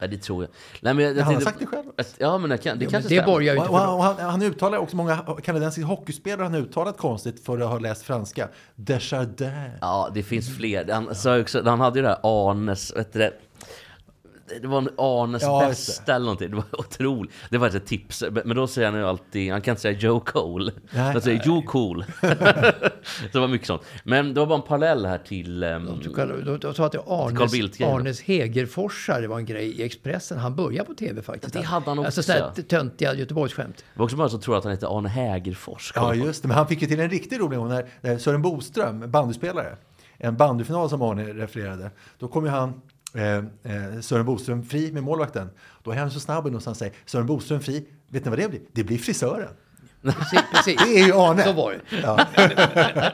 Nej, det tror jag. Nej, men jag, jag
han har
tänkte-
sagt det själv.
Att- Ja, men jag kan, det
Men
kanske
det
stämmer.
borgar ju inte
Och,
för något.
och han, han uttalar också, många kanadensiska hockeyspelare har han uttalat konstigt för att ha läst franska. Desjardins.
Ja, det finns fler. Han, sa också, han hade ju det här Arnes, vet du det? Det var en Arnes
Ja, just
bästa eller någonting. Det var otroligt. Det var ett tips. Men då säger han ju alltid, han kan inte säga Joe Cole.
Nej.
han säger Joe Cool. så det var mycket sånt. Men det var bara en parallell här till... ehm,
De
Mm.
kallade- De, de sa att det var
Carl
Arnes,
Bildt-grejen.
Arnes Hegerforsare var en grej i Expressen. Han började på tv faktiskt.
Det hade han
Alltså
också.
sådär t- töntiga Göteborgsskämt.
det var också många som tror att han heter Arne Hägerfors.
Ja, just det. Men han fick ju till en riktigt rolig gång när eh, Sören Boström, bandyspelare, en bandyfinal som Arne refererade, då kom ju han eh, eh, Sören Boström fri med målvakten. Då är han så snabb ändå så han säger Sören Boström fri, vet ni vad det blir? Det blir frisören.
Precis, precis.
Det är ju Arne.
Så var det.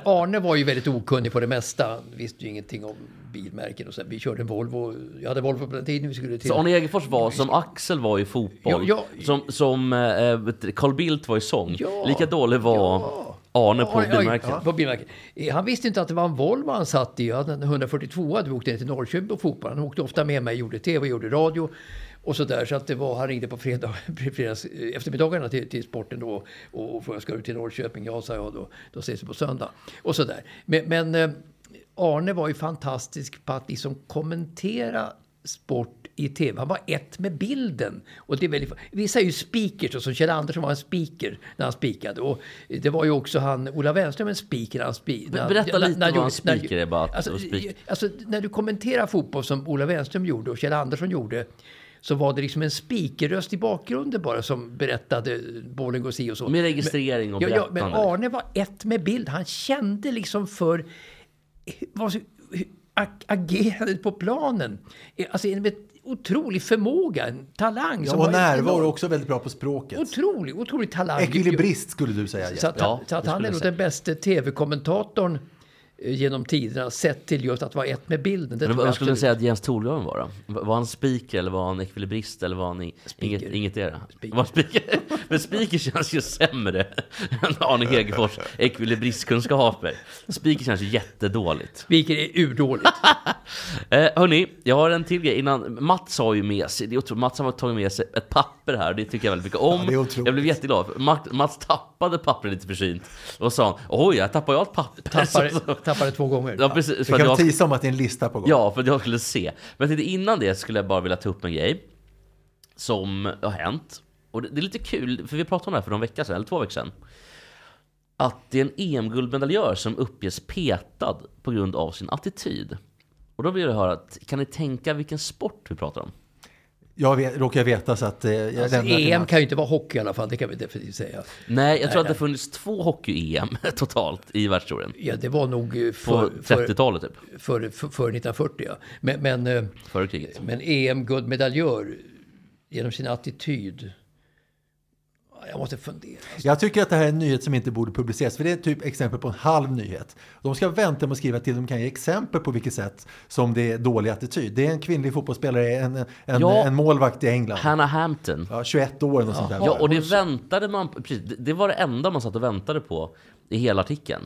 Arne var ju väldigt okunnig på det mesta. Han visste ju ingenting om bilmärken och så. här. Vi körde en Volvo. Jag hade Volvo på den tiden vi skulle till.
Så Arne Hegerfors var som Axel var i fotboll.
Ja, ja.
Som, som eh, vet du, Carl Bildt var i sång.
Ja.
Lika dålig var Arne på
Arne- oj,
bilmärket.
på bilmärken. Eh, Han visste inte att det var en Volvo han satt i. Han hade en 142 hade vi åkt ner till Norrköping på fotboll. Han åkte ofta med mig, gjorde tv, gjorde radio och så där. Så att det var, han ringde på fredag, fredags, eh, eftermiddagarna till, till sporten då och, och frågade ska du till Norrköping? Ja, sa jag då. Då ses vi på söndag. Och så där. Men, men eh, Arne var ju fantastisk på att liksom kommentera sport i tv. Han var ett med bilden. Och det är väldigt, vissa är ju speakers, och som Kjell Andersson var en speaker när han spikade. Och det var ju också han, Ola Wenström, en speaker. när Han spi, när,
berätta lite vad
gjorde-
en speaker är bara, att-
Alltså,
och speak-
alltså, när du kommenterar fotboll som Ola Wenström gjorde och Kjell Andersson gjorde så var det liksom en speakerröst i bakgrunden bara som berättade bollen går si och så.
Med registrering och
Ja, ja,
berättande. liksom.
men Arne var ett med bild. Han kände liksom för var så, ag- agerandet på planen. Eh, Alltså en med otrolig förmåga, en talang.
Ja,
som
och
var
närvaro
enorm.
också väldigt bra på språket.
Otrolig, otrolig talang.
Ekvilibrist skulle du säga.
Så
Jeff.
att,
Ja,
så att
det
han
skulle
är
jag
nog
säga.
den bästa tv-kommentatorn eh, genom tiderna sett till just att vara ett med bilden. Det
Men
tror jag
vad skulle du
absolut.
säga att Jens Thorgren var då? Var han speaker eller var han ekvilibrist eller var han i, inget, inget era? Var han speaker? Men speaker känns ju sämre än Arne Hegerfors ekvilibristkunskaper. Speaker känns ju jättedåligt.
Speaker är urdåligt.
Eh, hörni, jag har en till grej innan. Mats har ju med sig, det är otroligt, Mats har tagit med sig ett papper här. Det tycker jag väldigt mycket om.
Ja, det är otroligt.
jag blev jätteglad. Mats, Mats tappade papperet lite försynt. Och sa han, oj, jag tappade jag ett papper? Så- så-
Tappade, tappade två gånger.
Alltså. Ja, precis.
Vi
För att
kan
jag
tisa om att det är en lista på gång.
Ja, för att jag skulle se. Men jag tänkte, innan det skulle jag bara vilja ta upp en grej som har hänt. Och det, det är lite kul, för vi pratade om det här för någon vecka sedan, eller två veckor sedan. att det är en EM-guldmedaljör som uppges petad på grund av sin attityd. Och då vill jag höra, att, kan ni tänka vilken sport vi pratar om?
Jag vet, råkar jag veta så att eh, jag
Alltså,
lämnar till
EM
Mats.
kan ju inte vara hockey i alla fall, det kan vi definitivt säga.
Nej, jag tror att det funnits två hockey-EM totalt i världshistorien.
Ja, det var nog eh,
På
för, för,
30-talet typ,
före för, för 1940. Ja. Men, men, eh,
före kriget.
men EM-guldmedaljör genom sin attityd. Jag måste fundera.
Jag tycker att det här är en nyhet som inte borde publiceras, för det är typ exempel på en halv nyhet. De ska vänta med att skriva till de kan ge exempel på vilket sätt som det är dålig attityd. Det är en kvinnlig fotbollsspelare, en, en,
Ja.
en målvakt i England.
Hannah Hampton.
Ja, 21 år eller något sånt där.
Ja, och det väntade man på- precis, det- Det var det enda man satt och väntade på i hela artikeln.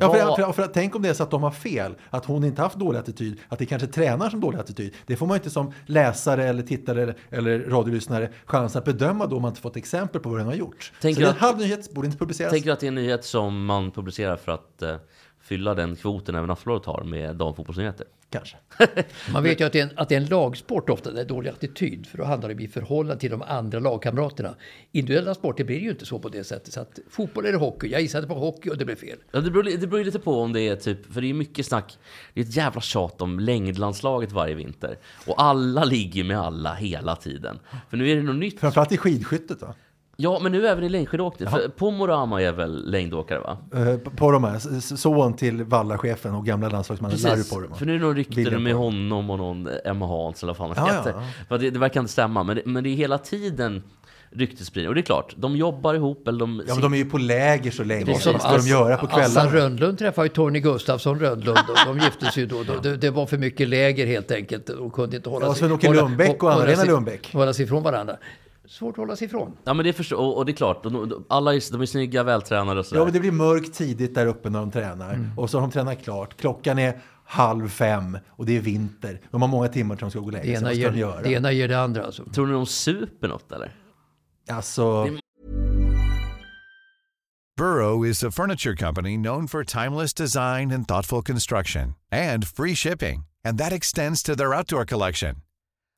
Ja, för,
Vad-
för, för, att tänk om det är så att de har fel, att hon inte haft dålig attityd, att det kanske tränar som dålig attityd. Det får man ju inte som läsare eller tittare eller, eller radiolyssnare chans att bedöma då om man inte fått exempel på vad den har gjort.
Tänker
så det är
att-
en halv nyhet, borde inte publiceras.
Tänker du att det är en nyhet som man publicerar för att eh, fylla den kvoten även Aftonbladet har med damfotbollsnyheter?
Kanske.
Man vet ju att det är en, att det är en lagsport ofta, det är dålig attityd. För då handlar det om i förhållande till de andra lagkamraterna. Individuella sporter blir ju inte så på det sättet. Så att fotboll eller hockey, jag gissade på hockey och det blev fel.
Ja, det beror, det beror ju lite på om det är typ, för det är ju mycket snack, det är ett jävla tjat om längdlandslaget varje vinter. Och alla ligger ju med alla hela tiden. För nu är det något nytt.
Framförallt i skidskyttet va?
Ja, men nu även i längdskidåkning. För Pomorama är väl längdåkare va?
Eh, på- På de här, s- s- son till Vallachefen och gamla landslagsmannen Larry Poromaa.
För nu är det någon rykte
William
med
Poromaa.
honom och någon eh, Emma Hans eller vad fan han
Ja,
heter.
ja,
För att det, det verkar inte stämma. Men det, men det är hela tiden ryktesspridning. Och det är klart, de jobbar ihop eller de...
Ja, men de är ju på läger så länge. Vad
Som
ska de
Ass-
göra på
Assan
kvällarna?
Rönnlund träffade ju Torgny Gustafsson Rönnlund och de giftes ju då. De- Det, det var för mycket läger helt enkelt. De kunde inte hålla
Ja,
sig-
Sven-Åke
hålla-
Lundbäck och
hålla
Anna-Lena
sig-
Lundbäck.
Hålla sig ifrån varandra. Svårt att hålla sig ifrån.
Ja men det förstår, och, och det är klart, de, de, alla är, de är snygga, vältränade och sådär.
Ja, men det blir mörkt tidigt där uppe när de tränar.
Mm.
Och så har de tränat klart. Klockan är halv fem och det är vinter. De har många timmar till de ska gå och
Det
lägga sig.
ena,
Vad ska de
ger,
göra?
det ena ger det andra alltså.
Tror ni de super något eller?
Alltså,
Burrow is a furniture company known for timeless design and thoughtful construction and free shipping, and that extends to their outdoor collection.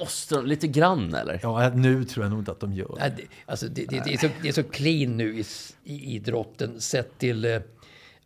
Måste de, lite grann eller?
ja, nu tror jag nog inte att de gör det.
Nej, det- Alltså, det, det, det, är så, det är så clean nu i, s- i idrotten sett till eh,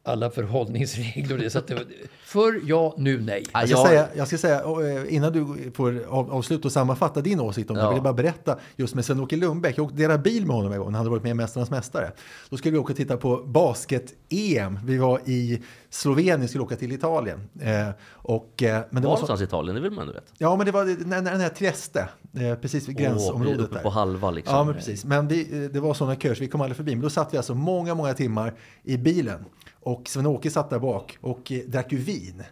alla förhållningsregler. och Det, så att det, förr ja, nu nej.
Ja,
Jag ska, säga, jag ska säga, och, eh, innan du får av- avsluta och sammanfatta din åsikt om det,
Ja.
jag vill bara berätta just med Sven-Åke Lundbäck. Jag åkte- delade bil med honom en gång, när han hade varit med i Mästarnas Mästare. Då skulle vi åka och titta på basket-EM. Vi var i Slovenien, skulle åka till Italien. Eh, och, eh, men det
Var
var så,
någonstans i Italien, det vill man ändå veta.
ja, men det var när, när den här Trieste, eh, precis vid gränsområdet
Åh, uppe
där.
på halva liksom.
Ja, men precis. Men vi, eh, det var sådana köer så vi kom aldrig förbi. Men då satt vi alltså många, många timmar i bilen. Och Sven-Åke satt där bak och eh, drack ju vin.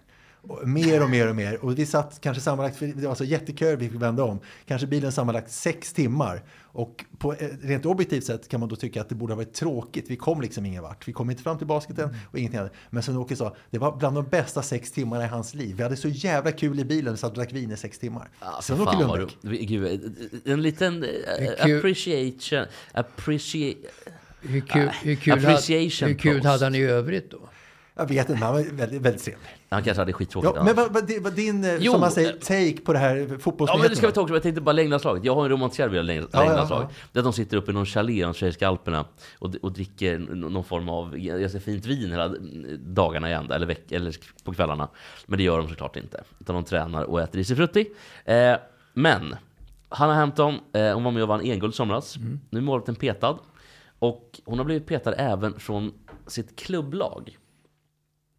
Och mer och mer och mer. Och vi satt kanske sammanlagt, för det var alltså jätteköer vi fick vända om. Kanske bilen sammanlagt sex timmar. Och på eh, rent objektivt sätt kan man då tycka att det borde ha varit tråkigt. Vi kom liksom ingen vart. Vi kom inte fram till basketen
Mm.
och ingenting annat. Men Sven-Åke sa, det var bland de bästa sex timmarna i hans liv. Vi hade så jävla kul i bilen, vi satt och drack vin i sex timmar.
Alltså,
Sven-Åke
fan vad
Lundbäck.
roligt. Gud, en liten eh,
kul.
appreciation, appreciate,
Hur kul, hur kul, hade,
Appreciation
hur kul
post.
hade han i övrigt då?
Jag vet inte, men han var väldigt, väldigt trevlig.
han kanske hade skittråkigt
Ja, men
annars.
vad, vad, din- vad din, eh,
Jo,
som man säger,
eh,
take på det här
Ja men det ska vi
fotbollsnyheterna?
ta också, jag tänkte bara längdlandslaget. Jag har en romantiserad bild av längd-
ja,
längdlandslag.
ja.
Där de sitter uppe i någon chalé i de tjeckiska alperna och, och dricker n- någon form av ganska fint vin hela dagarna i ända, eller, veck, eller på kvällarna. Men det gör de såklart inte. Utan de tränar och äter isifrutti. Eh, men, Hanna Hampton, eh, hon var med och vann EM-guld i somras.
Mm.
Nu är målvakten petad. Och hon har blivit petad även från sitt klubblag.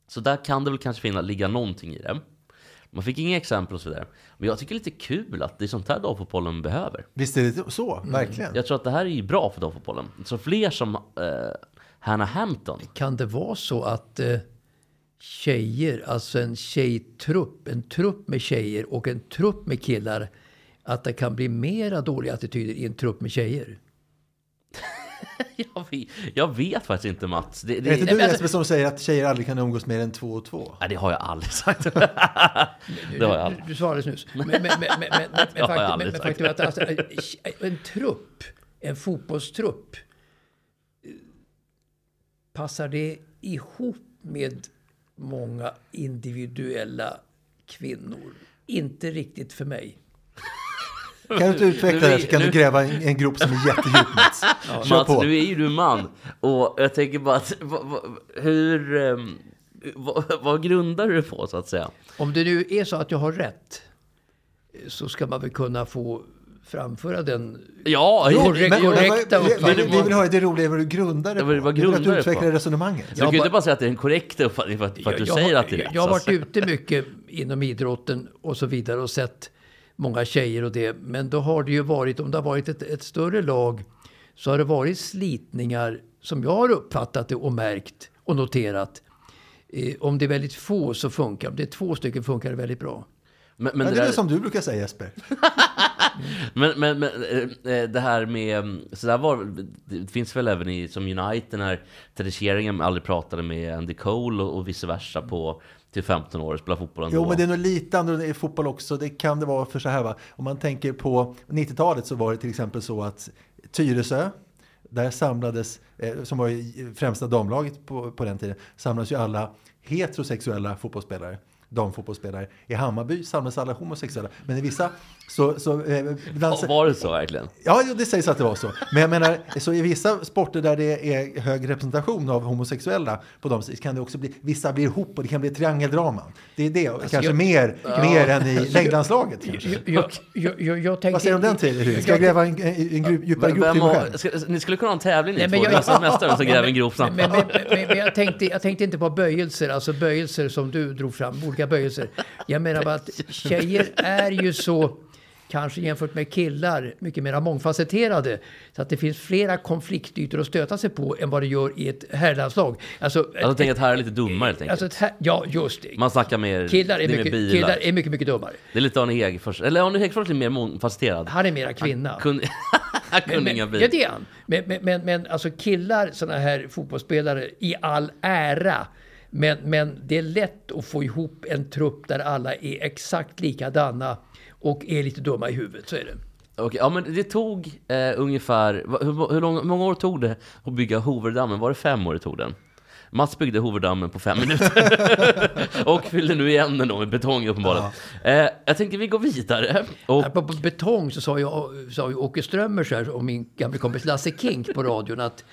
Så där kan det väl kanske finna, ligga någonting i det. Man fick inga exempel och så vidare. Men jag tycker det är lite kul att det är sånt här damfotbollen behöver.
Visst är det så? Verkligen.
Jag tror att det här är ju bra för damfotbollen. Så fler som eh, Hannah Hampton.
Kan det vara så att eh, tjejer, alltså en tjejtrupp, en trupp med tjejer och en trupp med killar, att det kan bli mera dåliga attityder i en trupp med tjejer?
Jag vet, jag vet faktiskt inte Mats. Det, det,
Är det inte
Nej,
du
men
Jesper som säger att tjejer aldrig kan umgås mer än två och två?
Nej, det har jag aldrig sagt. det har jag aldrig.
Du, du sa alldeles nyss. Men, men, men, men, men, men,
jag
men, faktum, men,
aldrig
men
sagt.
faktum är att alltså, en trupp, en fotbollstrupp, eh, passar det ihop med många individuella kvinnor? Inte riktigt för mig.
Kan du inte utveckla det här så kan du
nu-
gräva en, en grop som är jättedjup Mats. Kör
Mats,
på.
nu är ju du man. Och jag tänker bara att, vad- vad- hur... ehm, vad, vad grundar du det på så att säga?
Om det nu är så att jag har rätt eh, så ska man väl kunna få framföra den.
Ja,
Jo,
det-
Men-
korrekta
men-
uppfattningen.
vi, vi, vi vill ha det roliga vad du grundar det
Ja,
på.
vad
Vi vill att
grundar
du
det
utvecklar
på?
resonemanget.
Du kan ju
bara-
inte bara säga att det är en korrekt uppfattning för att, för att du
jag,
säger
jag,
att det är rätt.
Jag har varit
alltså.
ute mycket inom idrotten och så vidare och sett många tjejer och det. Men då har det ju varit, om det har varit ett, ett större lag, så har det varit slitningar som jag har uppfattat det och märkt och noterat. Eh, om det är väldigt få så funkar det. Om det är två stycken funkar det väldigt bra.
Men, men,
Ja,
det
det är
där,
väl som du brukar säga Jesper.
men, men, men eh, eh, det här med... eh, Så där var, det finns väl även i, som United när Therese Sheringham aldrig pratade med Andy Cole och, och vice versa på till 15 år och spelade fotboll ändå.
Jo, men det är nog lite annorlunda i fotboll också. Det kan det vara för så här va. Om man tänker på 90-talet så var det till exempel så att Tyresö, där samlades, eh, som var i främsta damlaget på, på den tiden, samlades ju alla heterosexuella fotbollsspelare damfotbollsspelare. I Hammarby samlades alla homosexuella. Men i vissa så... så eh, bland,
Ja, Var det så verkligen?
Ja, jo, det sägs att det var så. Men jag menar, så i vissa sporter där det är hög representation av homosexuella på de sidorna kan det också bli, vissa blir ihop och det kan bli triangeldraman. Det är det, kanske
Alltså, jag-
mer, mer än i längdlandslaget kanske.
Jag, jag, jag, jag tänkte,
Vad säger du om den till? Vi ska
Jag-
gräva en, en, en grupp, djupare grop till
Vem
mig
har,
själv.
ska, ni skulle kunna ha en tävling ni
Nej,
två.
men jag-
Mästarens mästare som gräver en grop
Men,
snabbt. Alltså,
men, men, men, men jag, tänkte, jag tänkte inte på böjelser, alltså böjelser som du drog fram, olika böjelser. Jag menar bara att tjejer är ju så, kanske jämfört med killar, mycket mer mångfacetterade. Så att det finns flera konfliktytor att stöta sig på än vad det gör i ett herrlandslag. Alltså,
Alltså, jag tänker att här är lite dummare helt enkelt.
alltså ett här, ja, just det.
Man snackar mer,
Killar är,
det är
mycket,
mer bilar.
killar är mycket, mycket dummare.
Det är lite Arne Hegerfors. Eller Arne Hegerfors är lite mer mångfacetterad.
Han är mera kvinna.
Kunde, han kunde inga
men,
bil.
ja, det är han. Men, men, men, men alltså killar, såna här fotbollsspelare, i all ära. Men, men det är lätt att få ihop en trupp där alla är exakt likadana och är lite dumma i huvudet. Så är det.
Okej, ja, men det tog eh, ungefär... va- Hur, hur, lång, hur många år tog det att bygga Hoverdammen? Var det fem år det tog den? Mats byggde Hoverdammen på fem minuter. och fyllde nu igen den då med betong uppenbarligen. Eh, jag tänker vi går vidare. Och,
På, på betong så sa, jag, sa ju Åke Strömmer så här, och min gamle kompis Lasse Kink på radion att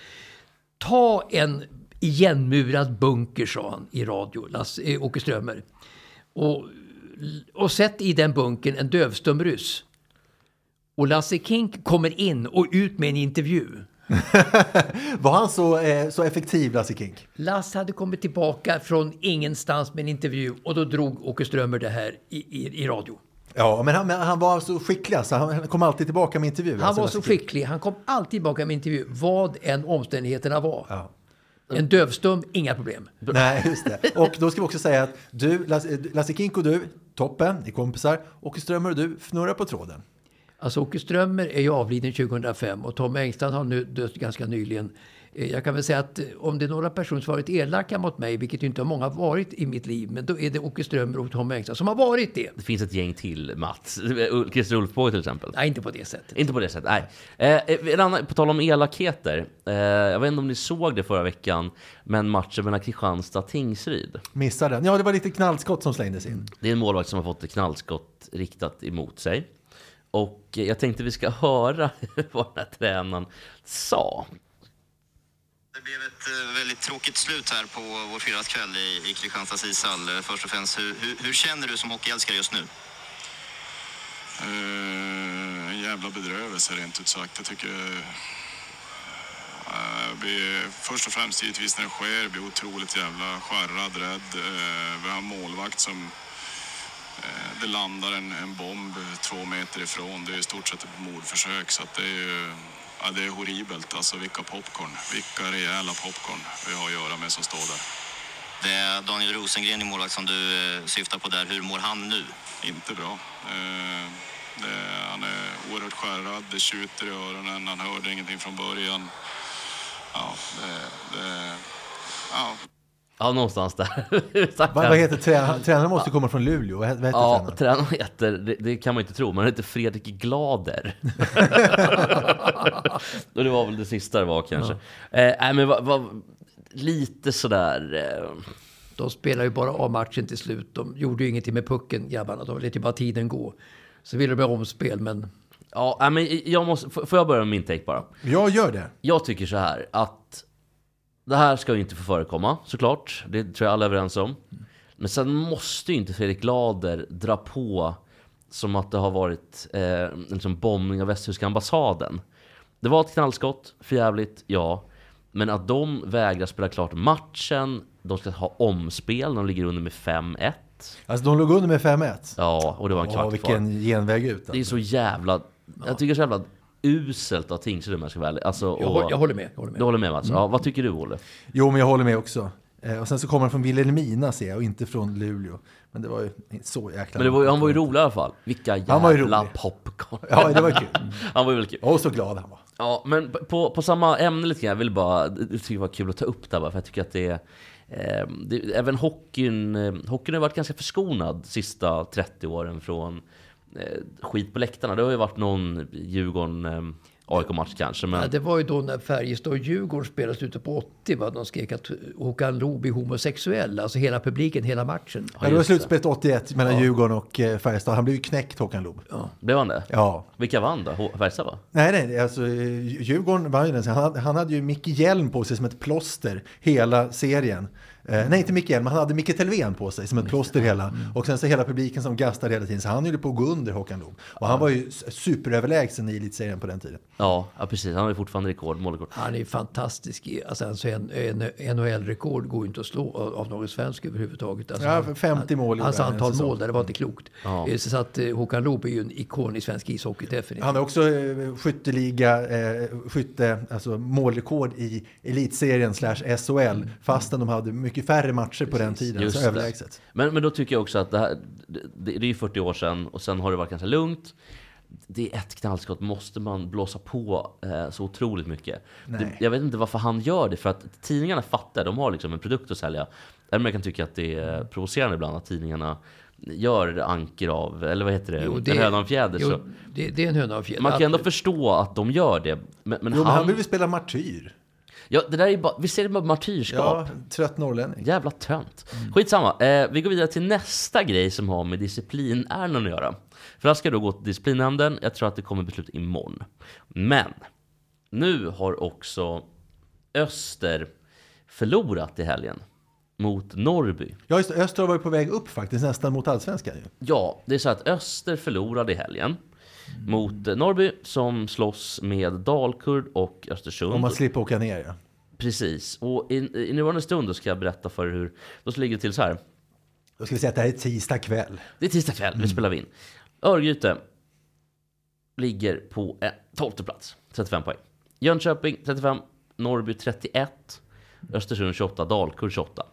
ta en igenmurad bunker, sa han i radio, Lasse, eh, Åke Strömmer. Och, och sätt i den bunkern en dövstum ryss. Och Lasse Kink kommer in och ut med en intervju.
Var han så, eh, så effektiv, Lasse Kink?
Lasse hade kommit tillbaka från ingenstans med en intervju och då drog Åke Strömmer det här i, i, i radio.
Ja, men han, men han var så skicklig alltså. Han kom alltid tillbaka med intervjuer.
Han
alltså,
var
Lasse
så
Kink.
skicklig, han kom alltid tillbaka med intervju, vad än omständigheterna var.
Ja.
En dövstum, inga problem.
Nej, just det. Och då ska vi också säga att du, Lasse, Lasse Kink och du, toppen, ni är kompisar. Åke Strömmer och du, fnurrar på tråden.
Alltså Åke Strömmer är ju avliden 2005 och Tom Engstrand har nu dött ganska nyligen. Eh, Jag kan väl säga att eh, om det är några personer som varit elaka mot mig, vilket ju inte har många varit i mitt liv, men då är det Åke Strömmer och Tom Engstrand som har varit det.
det finns ett gäng till, Mats. Ul- Christer Ulfbåge till exempel.
Nej, inte på det sättet.
Inte på det sättet, nej. Eh, en annan, på tal om elakheter. Eh, jag vet inte om ni såg det förra veckan, men matchen mellan Kristianstad och Tingsryd.
Missade den. Ja, det var lite knallskott som slängdes in.
Det är en målvakt som har fått ett knallskott riktat emot sig. Och eh, jag tänkte vi ska höra vad den här tränaren sa.
Det blev ett eh, väldigt tråkigt slut här på vår fredagskväll i, i Kristianstads ishall. Eh, Först och främst, hur, hur, hur känner du som hockeyälskare just nu?
Eh, en jävla bedrövelse rent ut sagt. Jag tycker... eh, jag blir, först och främst givetvis när det sker blir jag otroligt jävla skärrad, rädd. Eh, vi har en målvakt som Eh, Det landar en, en bomb två meter ifrån. Det är i stort sett ett mordförsök. Så att det är ju... Ja, det är horribelt. Alltså vilka popcorn. Vilka rejäla popcorn vi har att göra med som står där.
Det är Daniel Rosengren i målvakt som du eh, syftar på där. Hur mår han nu?
Inte bra. Eh, det, han är oerhört skärrad, det tjuter i öronen, han hörde ingenting från början. Ja, det, det, ja,
Ja, någonstans där. Exakt
Vad,
där.
vad heter tränaren? Tränaren måste komma från Luleå. Vad he- vad heter
Ja,
tränaren?
tränaren heter, det, det kan man ju inte tro, men han heter Fredrik Glader. Och det var väl det sista det var kanske. Eh, nej, men vad, vad, lite sådär... Eh,
De spelade ju bara av matchen till slut. De gjorde ju ingenting med pucken, grabbarna. De lät ju bara tiden gå. Så ville de ha omspel, men...
ja, nej, men jag måste, får får jag börja med min take bara?
Jag gör det.
Jag tycker så här att det här ska ju inte få förekomma såklart. Det tror jag alla är överens om. Men sen måste ju inte Fredrik Glader dra på som att det har varit eh, en liksom bombning av västtyska ambassaden. Det var ett knallskott, förjävligt, ja. Men att de vägrar spela klart matchen, de ska ha omspel, de ligger under med 5-1.
Alltså de låg under med 5-1.
Ja, och det var en kvart
Åh, vilken genväg ut.
Det är så jävla... Jag tycker det är så jävla uselt av Tingsryd om jag ska vara ärlig. Alltså,
Jag
och-
håller- jag håller med, jag håller med.
Du håller med Mats? Ja, vad tycker du Olle?
Jo, men jag håller med också. Eh, Och sen så kommer han från Vilhelmina ser jag och inte från Luleå. Men det var ju så jäkla...
Men det var, ju- han var ju rolig i alla fall. Vilka jävla
Han var ju rolig.
popcorn.
Ja, det var kul.
han var ju väldigt kul.
Och så glad han var.
Ja, men på, på samma ämne lite grann. Jag vill bara, jag tycker det var kul att ta upp det här bara, för jag tycker att det är... Eh, det, även hockeyn, eh, hockeyn har varit ganska förskonad de sista 30 åren från eh, skit på läktarna. Det har ju varit någon ehm, Djurgården-AIK-match kanske, men...
Ja, det var ju då när Färjestad och Djurgården spelade slutet på 80. Va? De skrek att Håkan Loob är homosexuell. Alltså hela publiken, hela matchen.
Ja, det var slutspelet 81 mellan Djurgården och eh, Färjestad. Han blev ju knäckt, Håkan Loob.
Blev han det?
Ja.
Vilka vann då? H- Färjestad va?
Nej, nej, alltså eh, Djurgården vann ju den. Han, han hade ju Micke Hjelm på sig som ett plåster hela serien. Eh, nej, inte Micke Hjelm, han hade Micke Telvén på sig som ett plåster hela.
Mm.
Och sen så hela publiken som gastade hela tiden. Så han höll på att gå under Håkan Loob. Och han var ju s- superöverlägsen i elitserien på den tiden.
Ja, ja precis. Han har ju fortfarande rekord, målrekord.
Han är fantastisk. i- Alltså, alltså en, en NHL-rekord går ju inte att slå av, av någon svensk överhuvudtaget. Alltså,
Ja,
han-
50 mål
han-
gjorde
Hans
han en
antal
säsong.
mål där, det var inte klokt.
Ja.
Eh, Så så att eh, Håkan Loob är ju en ikon i svensk ishockey, definitivt.
Han har också eh, skytteliga, eh, skytte, alltså målrekord i elitserien slash SHL. Fastän de hade mycket färre matcher på den tiden.
Mm. Just
så
det.
alltså överlägset.
Men, men då tycker jag också att det här, det, det är ju 40 år sedan och sen har det varit ganska lugnt. Det är ett knallskott, måste man blåsa på eh, så otroligt mycket?
Nej.
Det, jag vet inte varför han gör det, för att tidningarna fattar, de har liksom en produkt att sälja. Även om jag kan tycka att det är provocerande ibland att tidningarna gör anker av, eller vad heter det,
Jo,
en höna och en fjäder.
jo,
så.
Det, det är en höna och en fjäder.
Man kan ju ändå förstå att de gör det. Men, men
jo, men
han...
han vill ju spela martyr.
Ja, det där är ju bara, visst är det bara martyrskap?
Ja, trött norrlänning.
Jävla tönt.
Mm.
Skitsamma, eh, vi går vidare till nästa grej som har med disciplinärenden att göra. För det här ska då gå till disciplinnämnden. Jag tror att det kommer beslut imorgon. Men nu har också Öster förlorat i helgen mot Norrby.
Ja, just det. Öster har varit på väg upp faktiskt, nästan mot allsvenskan ju.
Ja, det är så att Öster förlorade i helgen
Mm.
mot eh, Norrby som slåss med Dalkurd och Östersund.
Om man slipper åka ner ja.
Precis, och i, i nuvarande stund då ska jag berätta för er hur, då så ligger det till så här.
Då ska vi säga att det här är tisdag kväll.
Det är tisdag kväll, nu spelar vi in. Örgryte ligger på eh, 12 plats, 35 poäng. Jönköping 35, Norrby 31, Östersund 28, Dalkurd 28.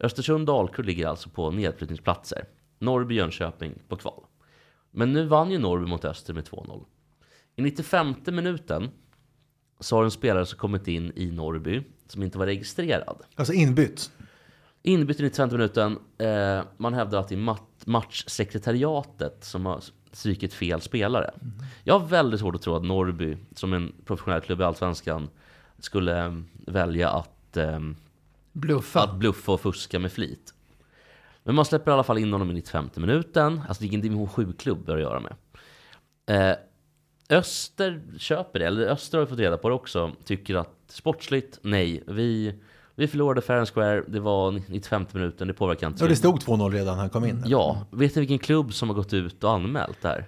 Östersund Dalkurd ligger alltså på nedflyttningsplatser. Norrby Jönköping på kval. Men nu vann ju Norrby mot Öster med 2-0. I 95 minuten så har en spelare som kommit in i Norrby som inte var registrerad.
Alltså inbytt.
Inbytt i 95 minuten. Eh, man hävdar att det är mat- matchsekretariatet som har strykit fel spelare. Jag har väldigt svårt att tro att Norrby, som en professionell klubb i Allsvenskan, skulle eh, välja att, eh,
bluffa.
att bluffa och fuska med flit. Men man släpper i alla fall in honom i 95 minuten. Alltså det är ingen division 7-klubb det har att göra med. Eh, Öster köper det, eller Öster har ju fått reda på det också. Tycker att sportsligt, nej. Vi, vi förlorade fair and square, det var 95 minuten, det påverkar inte. Mm.
Och det stod 2-0 redan när han kom in.
Ja, vet ni vilken klubb som har gått ut och anmält där?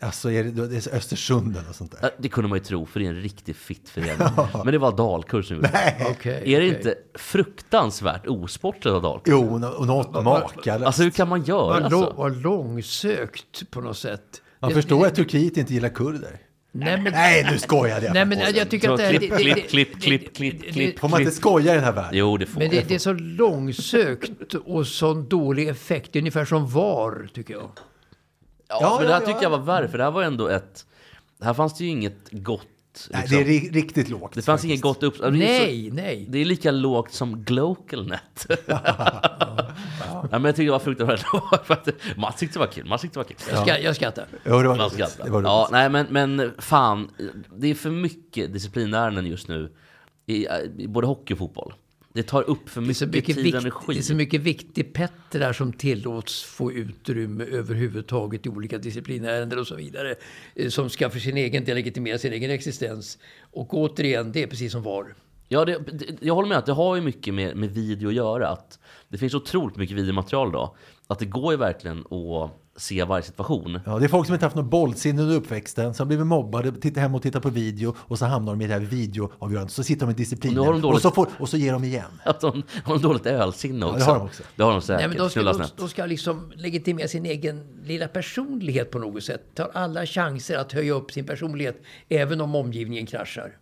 Alltså är det, det är Östersunden och sånt där.
Eh, Det kunde man ju tro, för det är en riktig fittförening. Men det var Dalkurd som gjorde det.
Okej,
är det
okej.
inte fruktansvärt osportligt av Dalkurd?
Jo, och något makalöst.
Alltså hur kan man göra
Vad,
så?
lång, vad långsökt på något sätt.
Man
Det-
förstår att Turkiet inte gillar kurder.
Nej, men,
Nej, nu skojade jag.
Nej, men jag tycker att det här...
Klipp,
det- det-
klipp, klipp, klipp, klipp, klipp.
Får man inte skoja i den här världen?
Jo, det får
Men
man.
det, det är så långsökt och sån dålig effekt. Det är ungefär som VAR, tycker jag.
Ja,
Ja,
men det här
ja,
tycker
ja.
jag var värre, för det här var ändå ett... Här fanns det ju inget gott...
Nej,
liksom.
det är ri- riktigt lågt.
det fanns inget gott upp... alltså, det är så-
Nej, nej.
Det är lika lågt som Glocalnet. ja, men jag tyckte det var fruktansvärt lågt. för att- Man tyckte det var kul, man tyckte det var kul.
Jag, ska, jag skrattar.
Jo, det var
Man
roligt.
skrattar.
Det var roligt.
Ja, nej men, men fan. Det är för mycket disciplinärenden just nu. I, i både hockey och fotboll. Det tar upp för
Det är, så
mycket,
mycket
tid och
vikt,
energi.
det är så mycket viktig petter där som tillåts få utrymme överhuvudtaget i olika disciplinärenden och så vidare. eh, Som ska för sin egen del legitimera sin egen existens. Och återigen, det är precis som VAR.
Ja, det, det, jag håller med att det har ju mycket med, med video att göra. Att det finns otroligt mycket videomaterial idag. Att det går ju verkligen att se varje situation.
Ja, det är folk som inte haft något bollsinne under uppväxten, som blivit mobbade, tittar hem och tittar på video och så hamnar de i det här videoavgörandet. Så sitter de i disciplinen
Och nu har de
och,
dåligt-
så, får, och så ger de igen.
Att de har en dåligt ölsinne också.
det har de också.
Det har de säkert.
Nej, men de ska,
Knulla
de,
snett.
de ska liksom legitimera sin egen lilla personlighet på något sätt. Tar alla chanser att höja upp sin personlighet, även om omgivningen kraschar.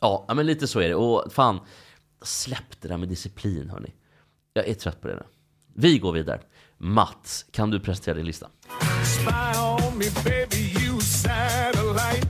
Ja, ja, men lite så är det. Och fan, släpp det där med disciplin hörni. Jag är trött på det nu. Vi går vidare. Mats, kan du presentera din lista?
Spy on me, baby, you satellite.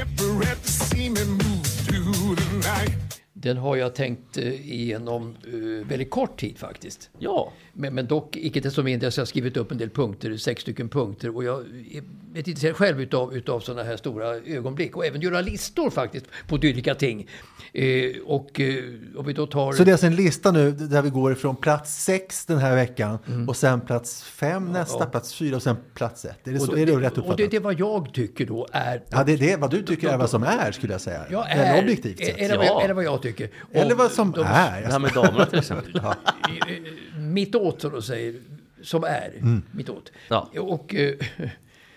Every red to see me move through the night.
Den har jag tänkt eh, igenom eh, väldigt kort tid faktiskt.
Ja.
Men, men dock, icke desto mindre, så har jag skrivit upp en del punkter, sex stycken punkter. Och jag är vet inte jag själv utav, utav sådana här stora ögonblick. Och även göra listor faktiskt på dylika ting. Eh, och eh, om vi då tar...
Så det är alltså en lista nu där vi går från plats sex den här veckan
Mm.
och sen plats fem nästa, plats fyra och sen plats ett. Är det, så,
och,
är det rätt
och
uppfattat?
det, det är vad jag tycker då är...
ja, det är det vad du tycker är vad som är skulle jag säga.
Jag är,
Eller objektivt sett.
Eller, vad jag,
Ja.
eller vad jag tycker. Och
Eller vad som
de-
är.
Det här med damerna till exempel.
mittåt som de säger, som är
Mm.
mittåt.
Ja.
Och eh,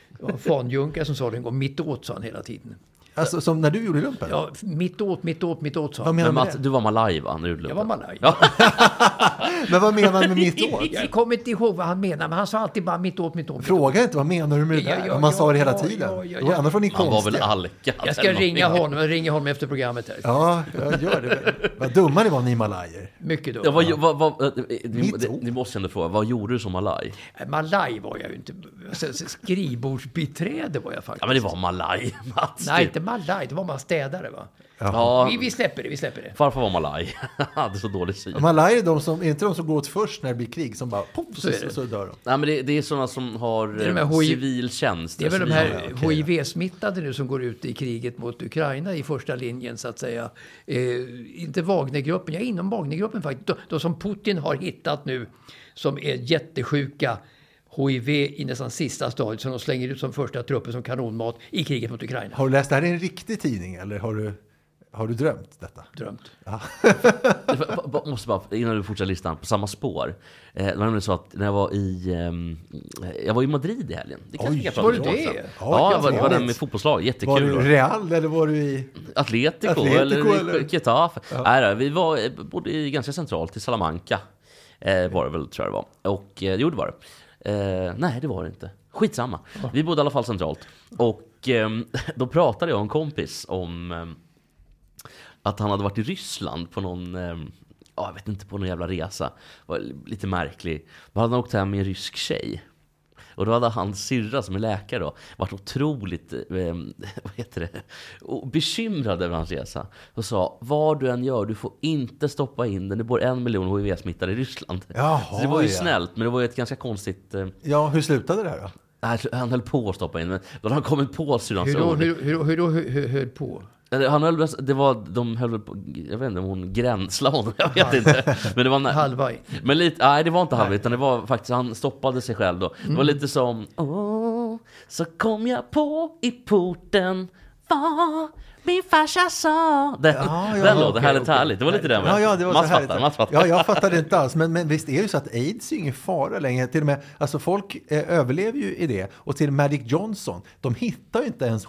det var en fanjunka som sa det en gång, mittåt sa han hela tiden.
Alltså som när du gjorde lumpen?
Ja, mittåt, mittåt, mittåt sa
Vad
han.
menar
Men
du med
Mats,
det?
du var malaj va? När du gjorde
Jag var
lumpen?
malaj.
Men vad menar man med mitt år?
Jag kommer inte ihåg vad han menade, men han sa alltid bara mittåt, mittåt. mittåt.
Fråga inte vad menar du med det
Ja,
där?
ja,
Om man
ja,
sa det hela
ja,
tiden.
ja, ja,
Då-
ja.
Annars var ni
Han var väl
konstiga.
alkad?
Jag ska
eller någonting.
ringa honom, jag ringer honom efter programmet här.
Ja, jag gör det. Vad dumma ni var ni malajer.
Mycket
Ja,
dumt.
vad, vad, vad, eh, ni,
Mitt
ni,
ord.
ni måste ändå fråga, vad gjorde du som malaj?
Nej, Malaj Eh, var jag ju inte. Så- så Skrivbordsbiträde var jag faktiskt.
Ja men det var malaj, Mats.
Nej,
typ.
inte malaj, det var man städare va?
Ja,
Vi, vi släpper det, vi släpper det.
farfar var malaj. Han hade så dålig syn.
Malajer är, de som, är inte de som går åt först när det blir krig, som bara poff, så,
Så är
så,
det.
så dör de.
Nej men det, det är sådana som har
är de
eh,
här HIV
civil tjänst.
Det är väl de
civil-
här HIV-smittade nu som går ut i kriget mot Ukraina i första linjen så att säga. Eh, inte Wagnergruppen, jag är inom Wagnergruppen faktiskt. De, de som Putin har hittat nu som är jättesjuka. HIV i nästan sista stadiet som de slänger ut som första trupper som kanonmat i kriget mot Ukraina.
Har du läst det här i en riktig tidning eller har du, har du drömt detta?
Drömt.
Va- va- va- Måste bara, innan du fortsätter listan, på samma spår. Eh, det var nämligen så att när jag var i, ehm, jag var i Madrid i helgen. Det kanske
Oj,
jag kan prata
var
om
du
lite
det?
sen.
Ja,
Ja, jag var,
jag
var
vet.
där med fotbollslag.
Var
Jättekul.
du i Real eller var du i...
Atletico,
Atletico
eller,
eller?
Getafe. Nej, då, vi var, eh, bodde i ganska centralt i Salamanca. Eh, var det väl, tror jag det var. Och, eh, jo, det var det. Eh, nej, det var det inte. Skitsamma. Vi bodde i alla fall centralt. Och ehm, då pratade jag och en kompis om ehm, att han hade varit i Ryssland på någon, ehm, ja, jag vet inte, på någon jävla resa. Var lite märklig. Då hade han åkt hem med en rysk tjej. Och då hade hans syrra som är läkare då varit otroligt, eh, vad heter det, o- bekymrad över hans resa. Och sa, vad du än gör, du får inte stoppa in den. Det bor en miljon HIV-smittade i Ryssland.
Jaha,
Så det var ju
ja.
snällt, men det var ju ett ganska konstigt... Eh,
Ja, hur slutade det här då?
nej, han höll på att stoppa in, men då hade han kommit på syrrans
Hur då,
ord.
hur, hur, hur då hur, hur, höll på?
Eller Han höll, väl- det var, de höll väl på, jag vet inte om hon gränslade honom, jag vet inte. Men det var när,
Halva i.
Men lite, nej det var inte halv utan det var faktiskt, han stoppade sig
Mm.
själv då. Det var lite som, åh, så kom jag på i porten Vad min farsa sa. Den,
Ja, ja,
den låter
okej,
härligt
okej.
härligt. Det var lite det
Ja, ja, det var
Mats
så härligt.
fattar, Mats fattar.
Ja, jag fattade inte alls. Men, men visst är det ju så att aids är ingen fara längre. Till och med, alltså folk eh, överlever ju i det. Och till Magic Johnson, de hittar ju inte ens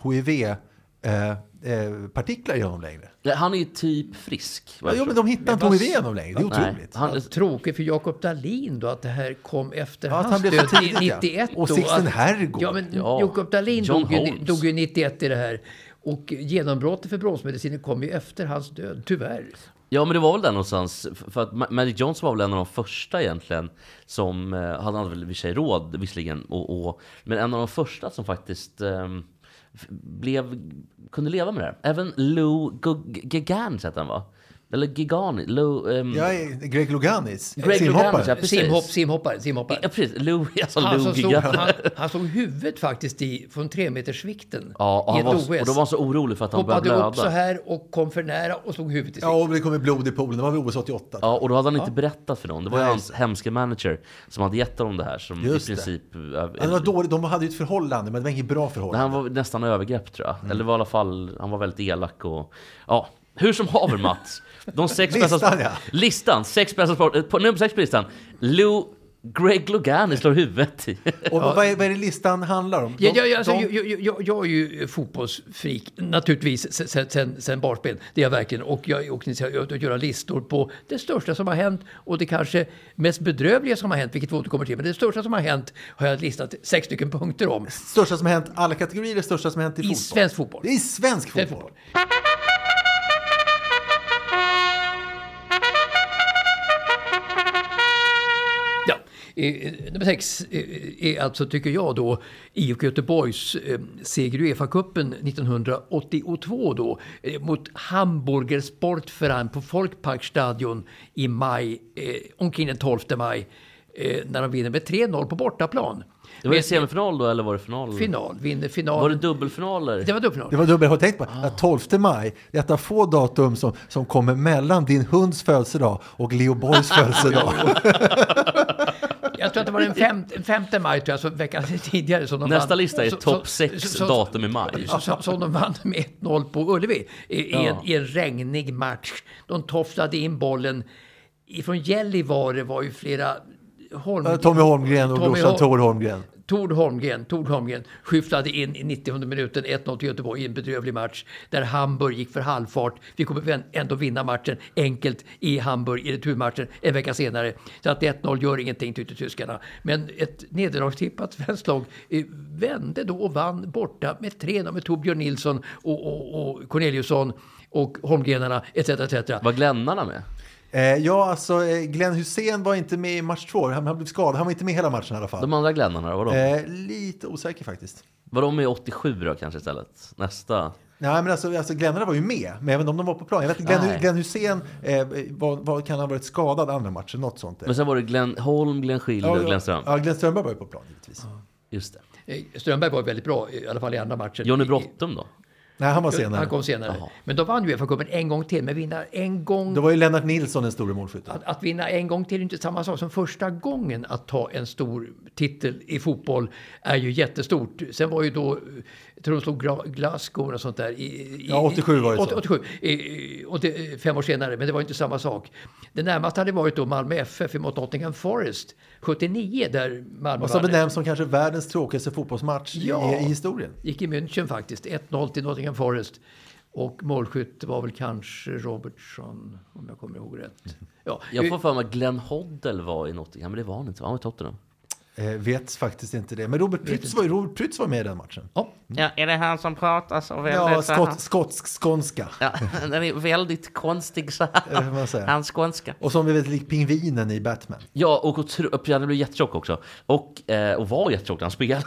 hiv-partiklar i honom längre.
Nej, Han är ju typ frisk. vad
Ja,
jag
ja,
förstår.
men de hittar inte
vad-
hiv honom längre. Det är
Nej.
otroligt.
Han,
Tråkigt för Jakob Dahlin då att det här kom efter
Ja, att han
hans
blev
död
för tidigt, ja.
91.
Och
då,
Sixten
att-
Herrgård.
Ja, men
Ja.
Jakob Dahlin
John
dog ju,
Holmes.
dog ju 91 i det här. Och genombrottet för bromsmedicinen kom ju efter hans död, tyvärr.
Ja men det var väl där någonstans. F- För att Ma- Magic Johnson var väl en av de första egentligen som, eh, han hade väl i och för sig råd visserligen, och, och, men en av de första som faktiskt ehm, f- blev, kunde leva med det här. Även Lou Gu- Gigans hette han va? Eller Gigani, Lou... ehm,
Jag är Greg Louganis,
Greg Louganis, ja,
simhopparen.
precis.
Simhopp, simhoppare, simhoppare.
Ja precis, Lou, alltså
Han,
Lou
som slog,
Gigani.
han, han slog huvudet faktiskt i, från tremetersvikten
Ja, och,
i
han
ett
var,
OS.
och då var han så orolig för att han började
Hoppade
blöda.
upp så här och kom för nära och slog huvudet i
Ja,
sikten.
och det kommer blod i poolen. Det var väl OS 88.
Ja, och då hade han inte berättat för någon. Det var ju
Nej.
hans hemska manager som hade gett honom det här. Som
Just
i
det.
princip... eh,
Ja, det var dåligt. De hade ju ett förhållande, men det var inget bra
Nej, han
förhållande.
var nästan övergrepp tror
Mm.
jag. Eller var i alla fall, han var väldigt elak och... Ja, hur som haver Mats. De sex bästa...
Listan, ja.
Listan, sex bästa sport... eh, På nummer sex på listan. Lou Greg Logani slår huvudet i...
Och vad, är, vad är det listan handlar om?
Ja,
De-
ja, ja, alltså,
de-
jag, jag, jag, jag är ju fotbollsfreak, naturligtvis, sen- sen, sen, sen barnsben. Det är jag verkligen. Och jag är också intresserad av att göra listor på det största som har hänt och det kanske mest bedrövliga som har hänt, vilket vi återkommer till. Men det största som har hänt har jag listat sex stycken punkter om
Största som har hänt, alla kategorier, det största som har hänt i,
i
fotboll.
svensk fotboll.
Det är i svensk
Svensk
fotboll.
Ja, eh, nummer sex eh, är alltså, tycker jag då, IFK Göteborgs eh, seger i Uefa-cupen 1982 då eh, mot Hamburger Sportverein på Folkparkstadion i maj, eh, omkring den 12 maj, eh, när de vinner med 3-0 på bortaplan.
Det var ju semifinal då, eller var det final?
Final, vinner final.
Var det dubbelfinaler?
det var dubbelfinal.
Det var dubbel. Har du tänkt på att 12 maj det är ett av få datum som, som kommer mellan din hunds födelsedag och Leo Borgs födelsedag.
Jag tror att det var den femte, femte maj, tror jag, så veckan tidigare. Som de
Nästa
vann.
lista är
Så-
topp
så-
6
så- så-
datum i maj.
Som- som- Som de vann med 1-0 på Ullevi i, i, en, i en regnig match. De tofflade in bollen. Ifrån Gällivare var ju flera... Holm,
Tommy Holmgren och
Tommy
brorsan
Hol-
Tor Holmgren.
Tord Holmgren, Tord Holmgren skyfflade in i 90 minuten 1-0 till Göteborg i en bedrövlig match där Hamburg gick för halvfart. Vi kommer vän- ändå vinna matchen enkelt i Hamburg i returmatchen en vecka senare. Så att 1-0 gör ingenting tyckte tyskarna. Men ett nederlagstippat svenskt lag eh, vände då och vann borta med 3-0 med Torbjörn Nilsson och, och, och Corneliusson och Holmgrenarna etc. etc.
Var glennarna med?
Eh, ja, alltså eh, Glenn Hussein var inte med i match två. Han, han blev skadad. Han var inte med hela matchen i alla fall.
De andra glennarna, var de?
Eh, lite osäker faktiskt.
Var de med 87 då kanske istället? Nästa?
Nej, men alltså, alltså Glennarna var ju med, men även om de var på plan. Jag vet inte, Glenn,
Nej.
Glenn Hussein eh, var, var, kan ha varit skadad andra matchen, något sånt. eh.
Men sen var det Glenn Holm, Glenn Schilder och Glenn Ström.
Ja, Glenn Strömberg var ju på plan givetvis.
Just det.
Eh, Strömberg var väldigt bra, i alla fall i andra matchen.
Johnny
I-
Brottum då?
Nej, han var senare.
Han kom senare. Men då vann Uefa-cupen en gång till. Men vinna en gång...
Det var ju Lennart Nilsson den store målskytten.
Att, att vinna en gång till är inte samma sak som första gången att ta en stor titel i fotboll är ju jättestort. Sen var ju då, jag tror de slog Gra- Glasgow och sånt där. I, i,
Ja, 87 var det så.
80, 87, i, och det, fem år senare, men det var inte samma sak. Det närmaste hade varit då Malmö FF mot Nottingham Forest 79 där Malmö
Och som
vann.
benämns som kanske världens tråkigaste fotbollsmatch
Ja.
i, i historien.
Gick i München faktiskt, 1-0 till Nottingham Forest. Och målskytt var väl kanske Robertson, om jag kommer ihåg rätt. Ja,
Jag får för mig att Glenn Hoddle var i Nottingham, men det var han inte. va? Han var i Tottenham.
Eh, vet faktiskt inte det. Men Robert Prytz var, ju- Robert Prytz var med i den matchen.
ja.
Ja, är det han som pratar så
Ja, skott, skotsk skånska.
Ja, den är väldigt konstig så
Eh, vad man säger.
Hans skånska.
Och som vi vet, lik pingvinen i Batman.
Ja, och otro- han blev jättetjock också. Och, eh, och var jättetjock när han spelade.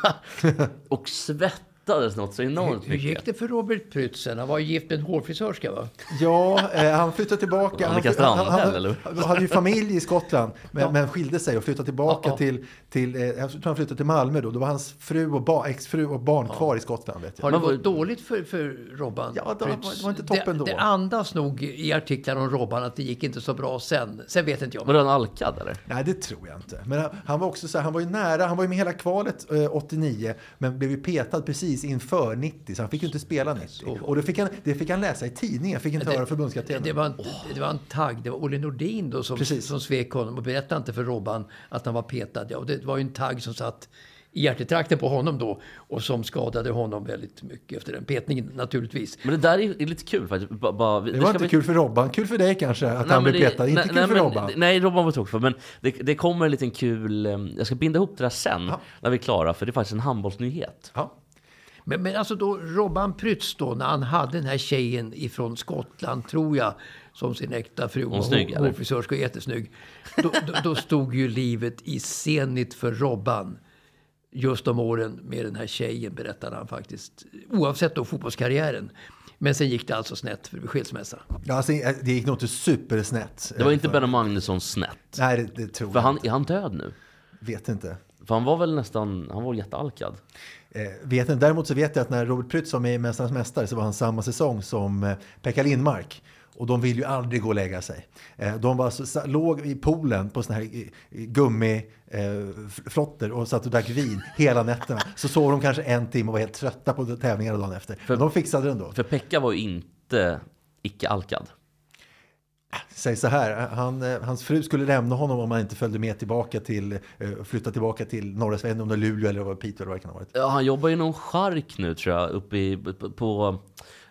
och svettades något så enormt
Hur gick
mycket.
det för Robert Prytzen? Han var ju gift med en hårfrisörska va?
Ja, eh, han flyttade tillbaka.
Ja, vilka
han,
strandhotell, eller?
han hade ju familj i Skottland, men, men skilde sig och flyttade tillbaka
Ja, ja.
till, till eh, jag tror han flyttade till Malmö då. Då var hans fru och ba, exfru och barn kvar i Skottland. Vet jag.
Har det
Men vad-
gått dåligt för, för Robban?
Ja, det var-
Prytz?
det var inte toppen
det,
då.
Det andas nog i artiklar om Robban att det gick inte så bra sen. Sen vet inte jag.
Var han alkad eller?
Nej, det tror jag inte. Men han, han var också så här, han var ju nära, han var ju med hela kvalet eh, 89, men blev ju petad precis precis inför 90, så han fick ju inte spela 90. Och då fick han, det fick han läsa i tidningen, fick inte höra förbundskaptenen.
Det var, en, det var en tagg. Det var Olle Nordin då som, som svek honom och berättade inte för Robban att han var petad. Ja, och det var ju en tagg som satt i hjärtetrakten på honom då och som skadade honom väldigt mycket efter den petningen naturligtvis.
Men det där är, är lite kul faktiskt. Ba, ba, vi-
Det
nu
var
ska
inte
vi-
kul för Robban. Kul för dig kanske att han
men
blev
det-
petad. Inte
nej,
kul
nej,
för
men-
Robban.
Nej, Robban var tråkig för. Men det, det kommer en liten kul... ehm, Jag ska binda ihop det där sen när vi är klara. För det är faktiskt en handbollsnyhet.
Men, men alltså då Robban Prytz då när han hade den här tjejen ifrån Skottland tror jag som sin äkta fru.
Hon är snygg, eller?
Hårfrisörska och jättesnygg. Då, då, då stod ju livet i senigt för Robban. Just de åren med den här tjejen berättade han faktiskt. Oavsett då fotbollskarriären. Men sen gick det alltså snett för skilsmässa.
Ja, alltså, det gick nog inte supersnett. eh,
Det var inte Benny Magnusson snett.
Nej, det, det tror
För
jag
han, är han död nu?
Vet inte.
För han var väl nästan... Han var jättealkad.
Eh, vet inte. Däremot så vet jag att när Robert Prytz var med i Mästarnas Mästare så var han samma säsong som eh, Pekka Lindmark. Och de vill ju aldrig gå och lägga sig. Eh, De var så, sa- låg i poolen på såna här gummiflotter eh, och satt och drack vin hela nätterna. Så sov de kanske en timme och var helt trötta på tävlingarna dagen efter. Men de fixade det ändå.
För Pekka var ju inte icke-alkad.
Säg så här, han, eh, hans fru skulle lämna honom om han inte följde med tillbaka till, eh, flytta tillbaka till norra Sverige, om det var Luleå eller vad Piteå eller vad det kan ha varit.
Ja, han jobbar ju i någon chark nu tror jag, uppe i, på- på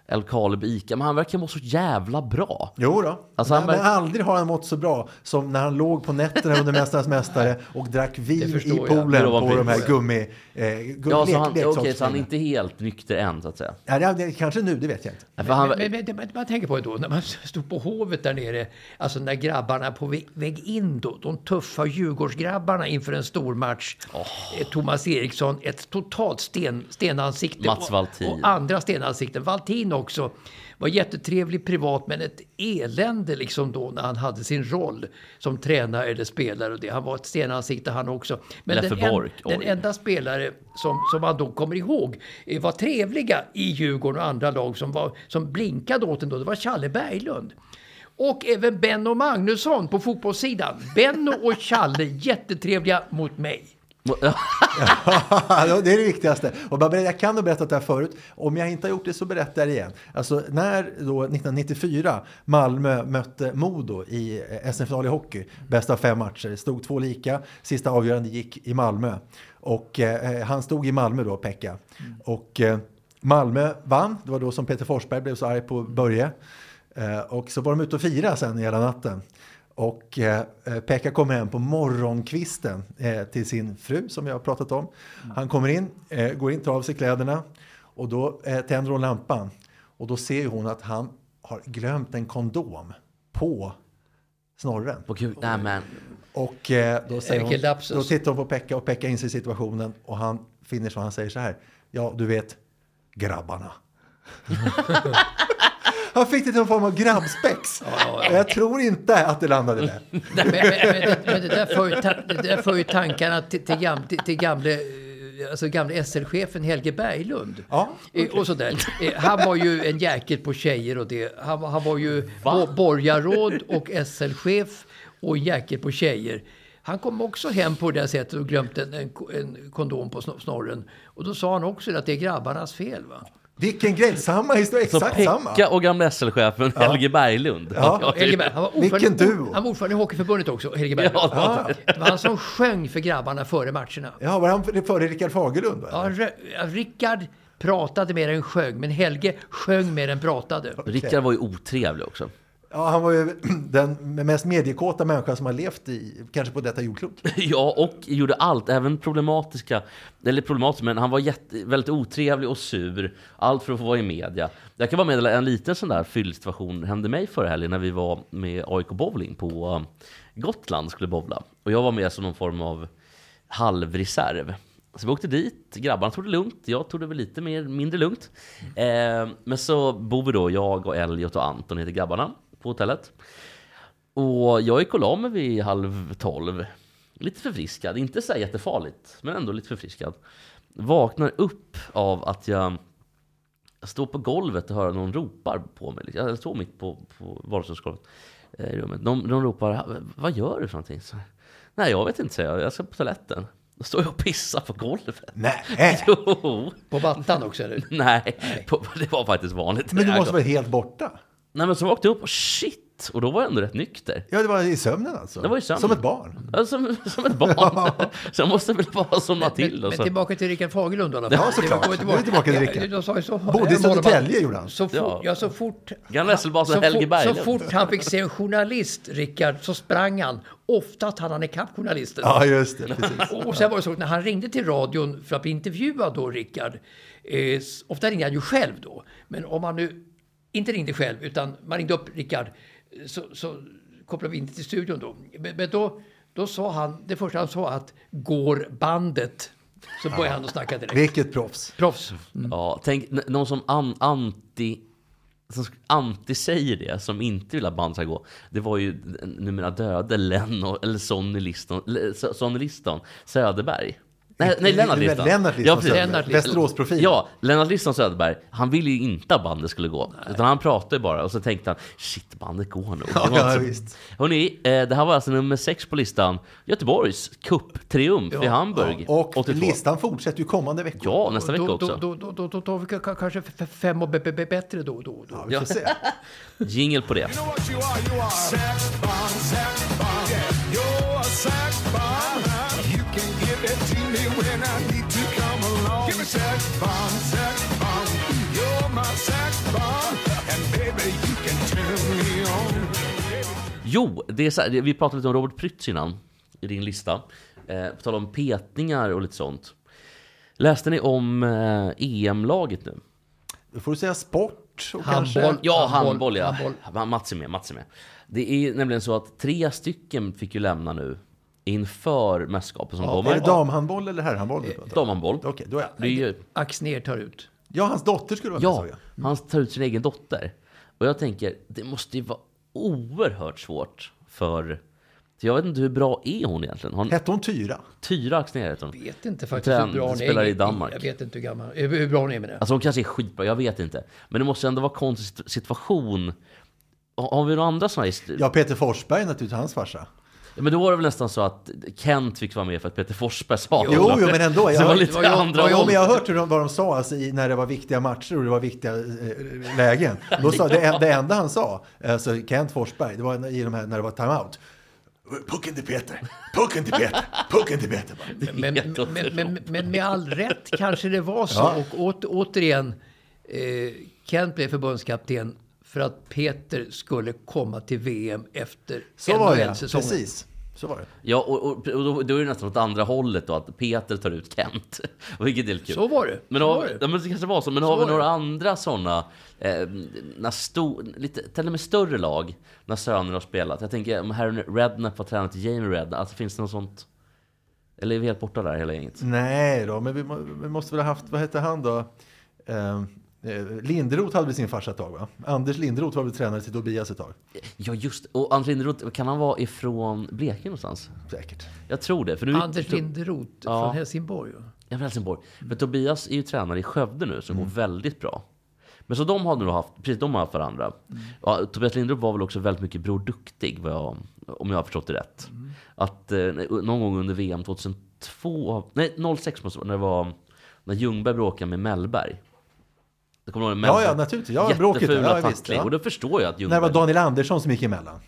Älvkarleby Ica. Men han verkar må så jävla bra.
Jo då.
Alltså, han
men,
verkar-
men aldrig har han mått så bra som när han låg på nätterna under Mästarnas Mästare och drack vin i
förstår jag.
poolen
Det var
på
precis.
de här gummi... Eh, gummi
Ja,
lek-
så han, okej, så han
leksaksbilarna.
är inte helt nykter än så att säga.
Nej, det, det, kanske nu, det vet jag inte.
Nej, För han,
Men, men, men, men man tänker på det då, när man stod på Hovet där nere, alltså när grabbarna på väg, väg in då, de tuffa Djurgårdsgrabbarna inför en stor match. Eh, Thomas Eriksson, ett totalt sten, stenansikte.
Mats
och-
Valtin.
Och andra stenansikten. Valtin också. Var jättetrevlig privat, men ett elände liksom då när han hade sin roll som tränare eller spelare. Och det. Han var ett stenansikte han också. Men
Leffe
den, en-
Bork,
den
oj.
enda spelare som, som man då kommer ihåg eh, var trevliga i Djurgården och andra lag som, var, som blinkade åt en då, det var Challe Berglund. Och även Benno Magnusson på fotbollssidan. Benno och Challe, jättetrevliga mot mig.
Ja, det är det viktigaste. Och bara, jag kan ha berättat det här förut. Om jag inte har gjort det så berättar jag det igen. Alltså, när då 1994 Malmö mötte Modo i eh, SM-final i hockey, bästa av fem matcher, Det stod två lika, sista avgörande gick i Malmö. Och eh, han stod i Malmö då, Pekka. Och eh, Malmö vann, det var då som Peter Forsberg blev så arg på Börje. Eh, och så var de ute och firade sen hela natten. Och eh, eh, Pekka kommer hem på morgonkvisten eh, till sin fru som jag har pratat om. Han kommer in, eh, går in, tar av sig kläderna och då eh, tänder hon lampan. Och då ser ju hon att han har glömt en kondom på snorren.
Åh, gud, nej men.
Och eh, då, säger
Enkel
hon,
lapsus.
då tittar hon på Pekka och Pekka inser situationen och han finner så han säger så här. Ja, du vet, grabbarna. han fick det till en form av grabbspex. Jag tror inte att det landade där.
Men, men, men, det- men det, där för, ju ta- det där för ju tankarna till, till, gam, till, till gamle, eh, alltså gamle SL-chefen Helge Berglund.
Ja,
Eh, Och sådär. Eh, Han var ju en jäkel på tjejer och det. Han, var- han var ju bo, borgarråd och SL-chef och en jäkel på tjejer. Han kom också hem på det där sättet och glömde en, en, ko- en kondom på snor- snorren. Och då sa han också att det är grabbarnas fel. Va?
Vilken grej, samma historia,
Så
exakt samma.
Pekka och gamla SL-chefen Helge Berglund.
Ja.
Ja,
Helge Berg, han var
Vilken
ordförande,
duo.
Han var ordförande i Hockeyförbundet också, Helge Berg.
Ja, det var
det var han som sjöng för grabbarna före matcherna.
Ja, var han för- före Rickard Fagerlund? Va?
Ja, Rö- ja, Rickard pratade mer än sjöng, men Helge sjöng mer än pratade.
Rickard var ju otrevlig också.
Ja, han var ju den mest mediekåta människa som har levt i, kanske på detta jordklot.
Ja, och gjorde allt, även problematiska, eller problematiskt, men han var jätte, väldigt otrevlig och sur. Allt för att få vara i media. Jag kan bara meddela en liten sån där fyllsituation hände mig förra helgen när vi var med AIK Bowling på eh, Gotland skulle bowla. Och jag var med som någon form av halvreserv. Så vi åkte dit, grabbarna tog det lugnt, jag tog det väl lite mer, mindre lugnt. Eh, men så bor vi då, jag och Elliot och Anton heter grabbarna, på hotellet. Och jag gick och la mig vid halv tolv. Lite förfriskad, inte så här jättefarligt, men ändå lite förfriskad. Vaknar upp av att jag står på golvet och hör någon ropar på mig. liksom. Jag står mitt på, på vardagsrumsgolvet eh, i rummet. De, de ropar, vad gör du för någonting? Så, Nej, jag vet inte, säger jag. Jag ska på toaletten. Då står jag och pissar på golvet.
Nej.
Jo.
På mattan också eller?
Mm. Nej, På, det var faktiskt vanligt.
Men du måste vara helt borta?
Nej men så vaknade jag upp och shit! Och då var jag ändå rätt nykter.
Ja, det var i sömnen alltså?
Det var ju sömn.
Som ett barn?
Ja, som, som ett barn. så jag måste väl bara somna till.
Men,
Och
men
så.
tillbaka till Rickard Fagerlund i alla fall.
Ja, såklart.
Det var-
Nu är vi tillbaka till Rickard.
Ja, de sa ju så-
Bodde i
här var de-
Södertälje, gjorde han.
Så fort,
Ja.
ja. så fort...
Gamla Hässelbas och
så,
Helge
fort, så
Berglund.
fort han fick se en journalist, Rickard, så sprang han. Ofta att han hann ikapp journalisten.
Ja, just det. Precis.
Och och sen var det så att när han ringde till radion för att bli intervjuad då, Rickard. Eh, s- ofta ringde han ju själv då. Men om han nu inte ringde själv, utan man ringde upp Rickard, eh, så, så kopplade vi in till studion då. Men, men då, då sa han, det första han sa att går bandet? Så började han att snacka direkt.
Vilket proffs.
Proffs.
Mm.
Ja, tänk n- någon som an, anti... Som sk- anti-säger det, som inte vill att band ska gå. Det var ju n- numera döde Lennon, eller Sonny Liston, Le- S- Sonny Liston Söderberg. Nej, nej Lennart
Det är
Liston.
Lennart Liston
precis.
Söderberg.
Lennart Liston.
Västeråsprofil.
Ja, Lennart Liston Söderberg, han ville ju inte att bandet skulle gå. Utan han pratade ju bara och så tänkte han, shit bandet går nog.
Ja,
Det var inte
ja,
så-
visst.
Hörrni, eh, det här var alltså nummer sex på listan. Göteborgs cup-triumf i Hamburg.
Och
82.
listan fortsätter ju kommande veckor.
Ja, nästa vecka
Då, då,
också.
då, då, då, då tar vi k- k- kanske f- f- fem och b- b- b- bättre då. då, då.
Vi får se.
Jingel på det.
Sex bomb, sex bomb. You're a sex bomb. You can give it to me when I need to come along. Give me sex bomb, sex bomb. You're my sex bomb. And baby, you can turn me on.
Jo, det är så här, vi pratade lite om Robert Prytz innan i din lista. Eh, på tal om petningar och lite sånt. Läste ni om eh, EM-laget nu?
Då får du säga sport och
Handboll.
kanske...
Ja, handboll,
Handboll,
ja.
handboll.
Ma- Mats är med, Mats är med. Det är nämligen så att tre stycken fick ju lämna nu inför mästerskapet som
Är
kommer.
det damhandboll eller herrhandboll du pratar om?
Damhandboll.
Okej, då är
Eh, Det är ju,
Axner tar ut.
Ja, hans dotter skulle vara med,
ja,
sa jag.
han tar ut sin egen dotter. Och jag tänker, det måste ju vara oerhört svårt för... för Jag vet inte hur bra är hon egentligen? Har hon
Hette hon Tyra?
Tyra Axnér heter hon.
Vet inte faktiskt
Trend,
hur bra hon
spelar
är.
i Danmark.
Jag vet inte hur, gammal, hur hur bra hon är med det.
Alltså hon kanske är skitbra, jag vet inte. Men det måste ändå vara konstig situation. Har har vi några andra sådana historier?
Ja, Peter Forsberg naturligtvis, hans farsa.
Men då var det väl nästan så att Kent fick vara med för att Peter Forsberg sa
Jo, jo, men ändå.
Så det
Jag-
var lite
det var ju-
andra
var ju-
Ja,
håll.
men jag har hört hur de, vad de sa alltså, i, när det var viktiga matcher och det var viktiga eh, lägen. Då sa, det, en- det enda han sa, alltså Kent Forsberg, det var i de här, när det var timeout. Pucken till Peter, pucken till Peter, pucken till Peter. bara.
Men, men, men, men, men med all rätt kanske det var så.
Ja.
Och åter, återigen, eh, Kent blev förbundskapten för att Peter skulle komma till VM efter
Så var det,
NHL-säsongen.
precis. Så var det.
Ja, och, och, och då, då är det nästan åt andra hållet då, att Peter tar ut Kent. Vilket är lite kul.
Så var det.
Men,
Så
har,
var
det.
det.
Ja, men det kanske var så. Men har vi
var det.
några andra sådana, eh, när sto, lite, till och med större lag, när söner har spelat? Jag tänker om Harry Redknapp har tränat Jamie Redknapp, alltså finns det något sånt? Eller är vi helt borta där hela gänget?
Nej då, men vi, må- vi måste väl ha haft, vad hette han då? Eh, eh, Linderoth hade väl sin farsa ett tag va? Anders Linderoth var väl tränare till Tobias ett tag?
Ja just det. och Anders Linderoth, kan han vara ifrån Blekinge någonstans?
Säkert.
Jag tror det. För nu,
Anders Linderoth
Ja.
från Helsingborg. va?
Ja, från Helsingborg. Men Tobias är ju tränare i Skövde nu,
Mm.
som går väldigt bra. Men så de har nog haft, precis de har haft varandra.
Mm.
Ja, Tobias Lindrup var väl också väldigt mycket Bror Duktig, vad jag, om jag har förstått det rätt.
Mm.
Att eh, någon gång under VM 2002, nej 06 måste det vara, när det var, när Ljungberg bråkade med Mellberg. Det kommer du ihåg?
Ja, ja,
Mellberg?
naturligtvis. Ja, bråket där.
Jättefula
Ja, visst,
tackling.
ja.
Och då förstår jag att
När det
Ljungberg...
var Daniel Andersson som gick emellan.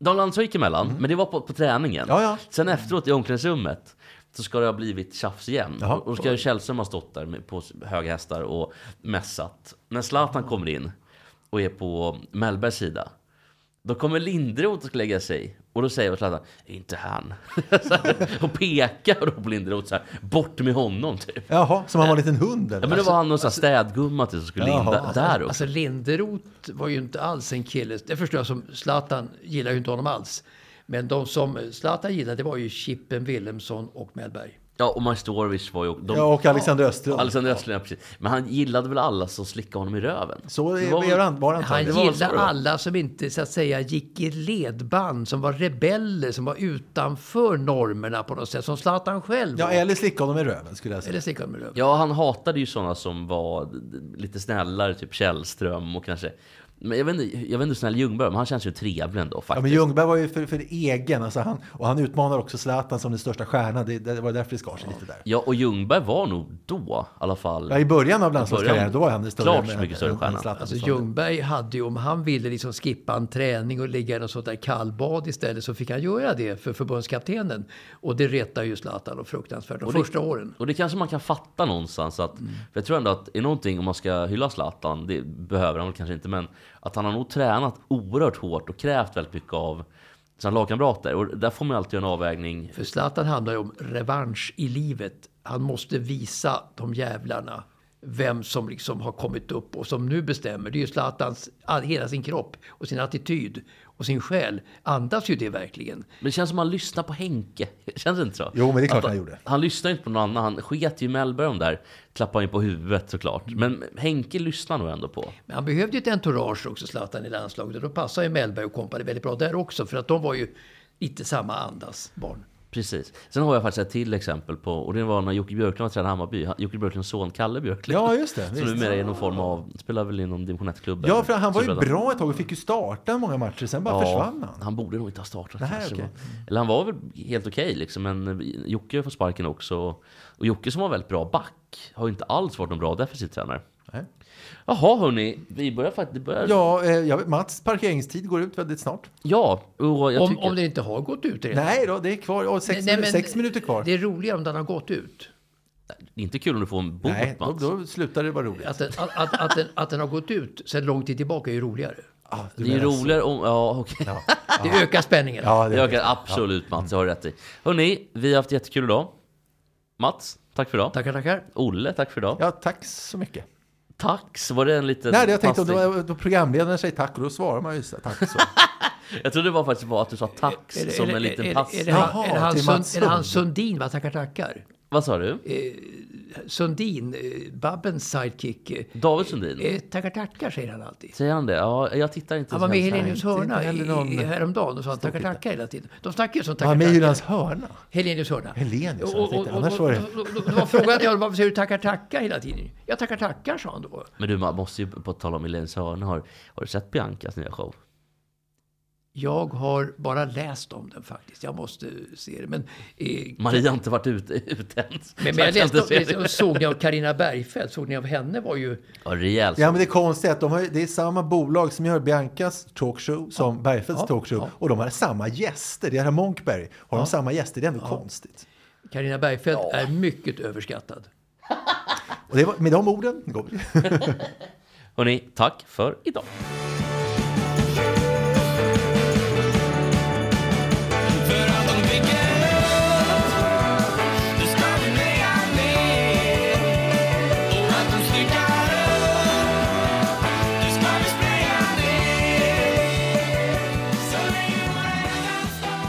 Dan Landsberg gick emellan, men det var på, på träningen.
Mm. Ja, ja.
Sen efteråt i omklädningsrummet så ska det ha blivit tjafs igen.
Jaha.
Och då ska ju Källström ha stått där med, på höga hästar och mässat. När Zlatan kommer in och är på Mellbergs sida, då kommer Linderoth och ska lägga sig. Och då säger Zlatan, inte han. Så här, och pekar då på Linderoth så här, bort med honom typ.
Jaha, som han var en liten hund eller?
Ja, men det var han någon sån här städgumma till som skulle in
Alltså, Jaha.
där, där också.
Alltså Linderoth var ju inte alls en kille. Det förstår jag som Zlatan gillar ju inte honom alls. Men de som Zlatan gillade det var ju Chippen Wilhelmsson och Mellberg.
Ja, och Majstorovic var ju... De,
Ja, och Alexander Östlund.
Alexander Östling, ja, precis. Men han gillade väl alla som slickade honom i röven?
Så
Det
är-
var väl-
var han, var han
Han
antagligen.
var väl så
gillade
det var.
alla som inte så att säga gick i ledband, som var rebeller, som var utanför normerna på något sätt, som Zlatan själv
Ja,
var.
eller slicka honom i röven skulle jag säga.
Eller stickade med röven.
Ja, han hatade ju sådana som var d- d- lite snällare, typ Källström och kanske Men jag vet inte, jag vet inte hur snäll Ljungberg är, men han känns ju trevlig ändå
Ja,
faktiskt.
men Ljungberg var ju för, för egen, alltså han, och han utmanar också Zlatan som den största stjärnan. Det, det var därför det skar sig lite där.
Ja, och Ljungberg var nog då i alla fall.
Ja, i början av landslagskarriären, då var han den större
Klart
än-
så mycket större
än- än
stjärna.
Zlatan.
Alltså,
Alltså
Ljung...
Ljungberg hade ju, om han ville liksom skippa en träning och ligga i något sånt där kallbad istället så fick han göra det för förbundskaptenen. Och det retade ju Zlatan och fruktansvärt de
Och det-
första åren.
Och det kanske man kan fatta någonstans att,
Mm.
för jag tror ändå att är någonting om man ska hylla Zlatan, det behöver han väl kanske inte, men att han har nog tränat oerhört hårt och krävt väldigt mycket av sina lagkamrater. Och där får man ju alltid göra en avvägning.
För Zlatan handlar ju om revansch i livet. Han måste visa de jävlarna vem som liksom har kommit upp och som nu bestämmer. Det är ju Zlatans, all- hela sin kropp och sin attityd och sin själ andas ju det verkligen.
Men det känns som att han lyssnar på Henke. Känns det inte så?
Jo, men det är klart
Att
han gjorde.
Han lyssnar inte på någon annan. Han sket ju i Mellberg om där. Klappade in på huvudet såklart. Men Henke lyssnar nog ändå på.
Men han behövde ju ett entourage också, Zlatan, i landslaget. Och då passade ju Mellberg och kompani väldigt bra där också. För att de var ju lite samma andas barn.
Precis. Sen har jag faktiskt ett till exempel på, och det var när Jocke Björklund tränade Hammarby. Han- Jocke Björklunds son Kalle Björklund.
Ja, just det.
Som
Visst.
numera är någon form av, spelar väl inom division 1-klubben.
Ja, för han var ju
Superettan.
bra ett tag och fick ju starta många matcher, sen bara försvann han.
Han borde nog inte ha startat
Nej,
kanske.
okej.
Eller han var väl helt okej liksom, men Jocke får sparken också. Och Jocke som var väldigt bra back har ju inte alls varit någon bra defensiv tränare.
Nej.
Jaha hörni, vi börjar faktiskt... Börjar...
Ja, eh, jag vet, Mats parkeringstid går ut väldigt snart.
Ja, och jag
Om,
tycker...
om det inte har gått ut redan.
Nej då, det är kvar. Och sex,
Nej,
minu-
men
sex minuter kvar.
Det är roligare om den har gått ut.
Det är inte kul om du får en bot
Nej, då,
Mats.
då slutar det vara roligt.
Att den, att, att, att, den, att den har gått ut sedan lång tid tillbaka är ju roligare.
Ah, du
Det är ju
menar så.
roligare om... Ja, okej.
Det ökar spänningen.
Ja, det
Det ökar absolut Mats, det har du rätt i. Hörni, vi har haft jättekul idag. Mats, tack för idag.
Tackar, tackar.
Olle, tack för idag.
Ja, tack så mycket.
Tack, så var det en liten...
Nej, det jag tänkte om det
passning?
var, då programledaren säger tack och då svarar man ju så, tack så.
Jag trodde det var faktiskt var att du sa tack
Är det-
som
är det-
en
är det-
liten pass.
Är det han-
Jaha,
är det han
till
Sund-
Mats
är det han
Sund.
Sundin, va? Tackar, tackar.
Vad sa du?
Sundin, eh, Babbens sidekick. eh,
David Sundin?
eh, Tackar, tackar, säger han alltid.
Säger han det? Ja, jag tittar inte
Han
så
var med i
hemskt nära.
Helenius
inte
hörna i,
heller
i,
någon
häromdagen och sa att tackar, tackar hela tiden. De snackar ju som
Han
tackar,
är med i
tackar.
Hylands hörna.
Helenius hörna.
Helenius, jag
Och- och-
tänkte,
och-
annars var det-
och- och- och- och- Då frågade jag varför säger du tackar, tackar hela tiden? Jag tackar, tackar, sa han då.
Men du, man måste ju på tal om Helenius hörna. Har, har du sett Biancas nya show?
Jag har bara läst om den faktiskt. Jag måste se det. Men, eh,
Maria har inte varit ute, ute ens.
men,
Så
men jag
kan
läste
inte se
om,
det.
jag såg ni av Carina Bergfeldt, såg ni av henne var ju...
Ja, rejält.
Ja, men det konstiga är att de har, ju- det är samma bolag som gör Biancas talkshow som Bergfeldts
Ja,
talkshow.
ja.
Och de har samma gäster. Det är Monkberg. Har de samma gäster? Det är ändå konstigt.
Carina Bergfeldt är mycket överskattad.
Och det var, med de orden går vi.
Hörni, tack för idag.
För att de bygger upp, det ska vi lägga ner Och att de styckar upp, det ska vi spränga ner Så länge våra står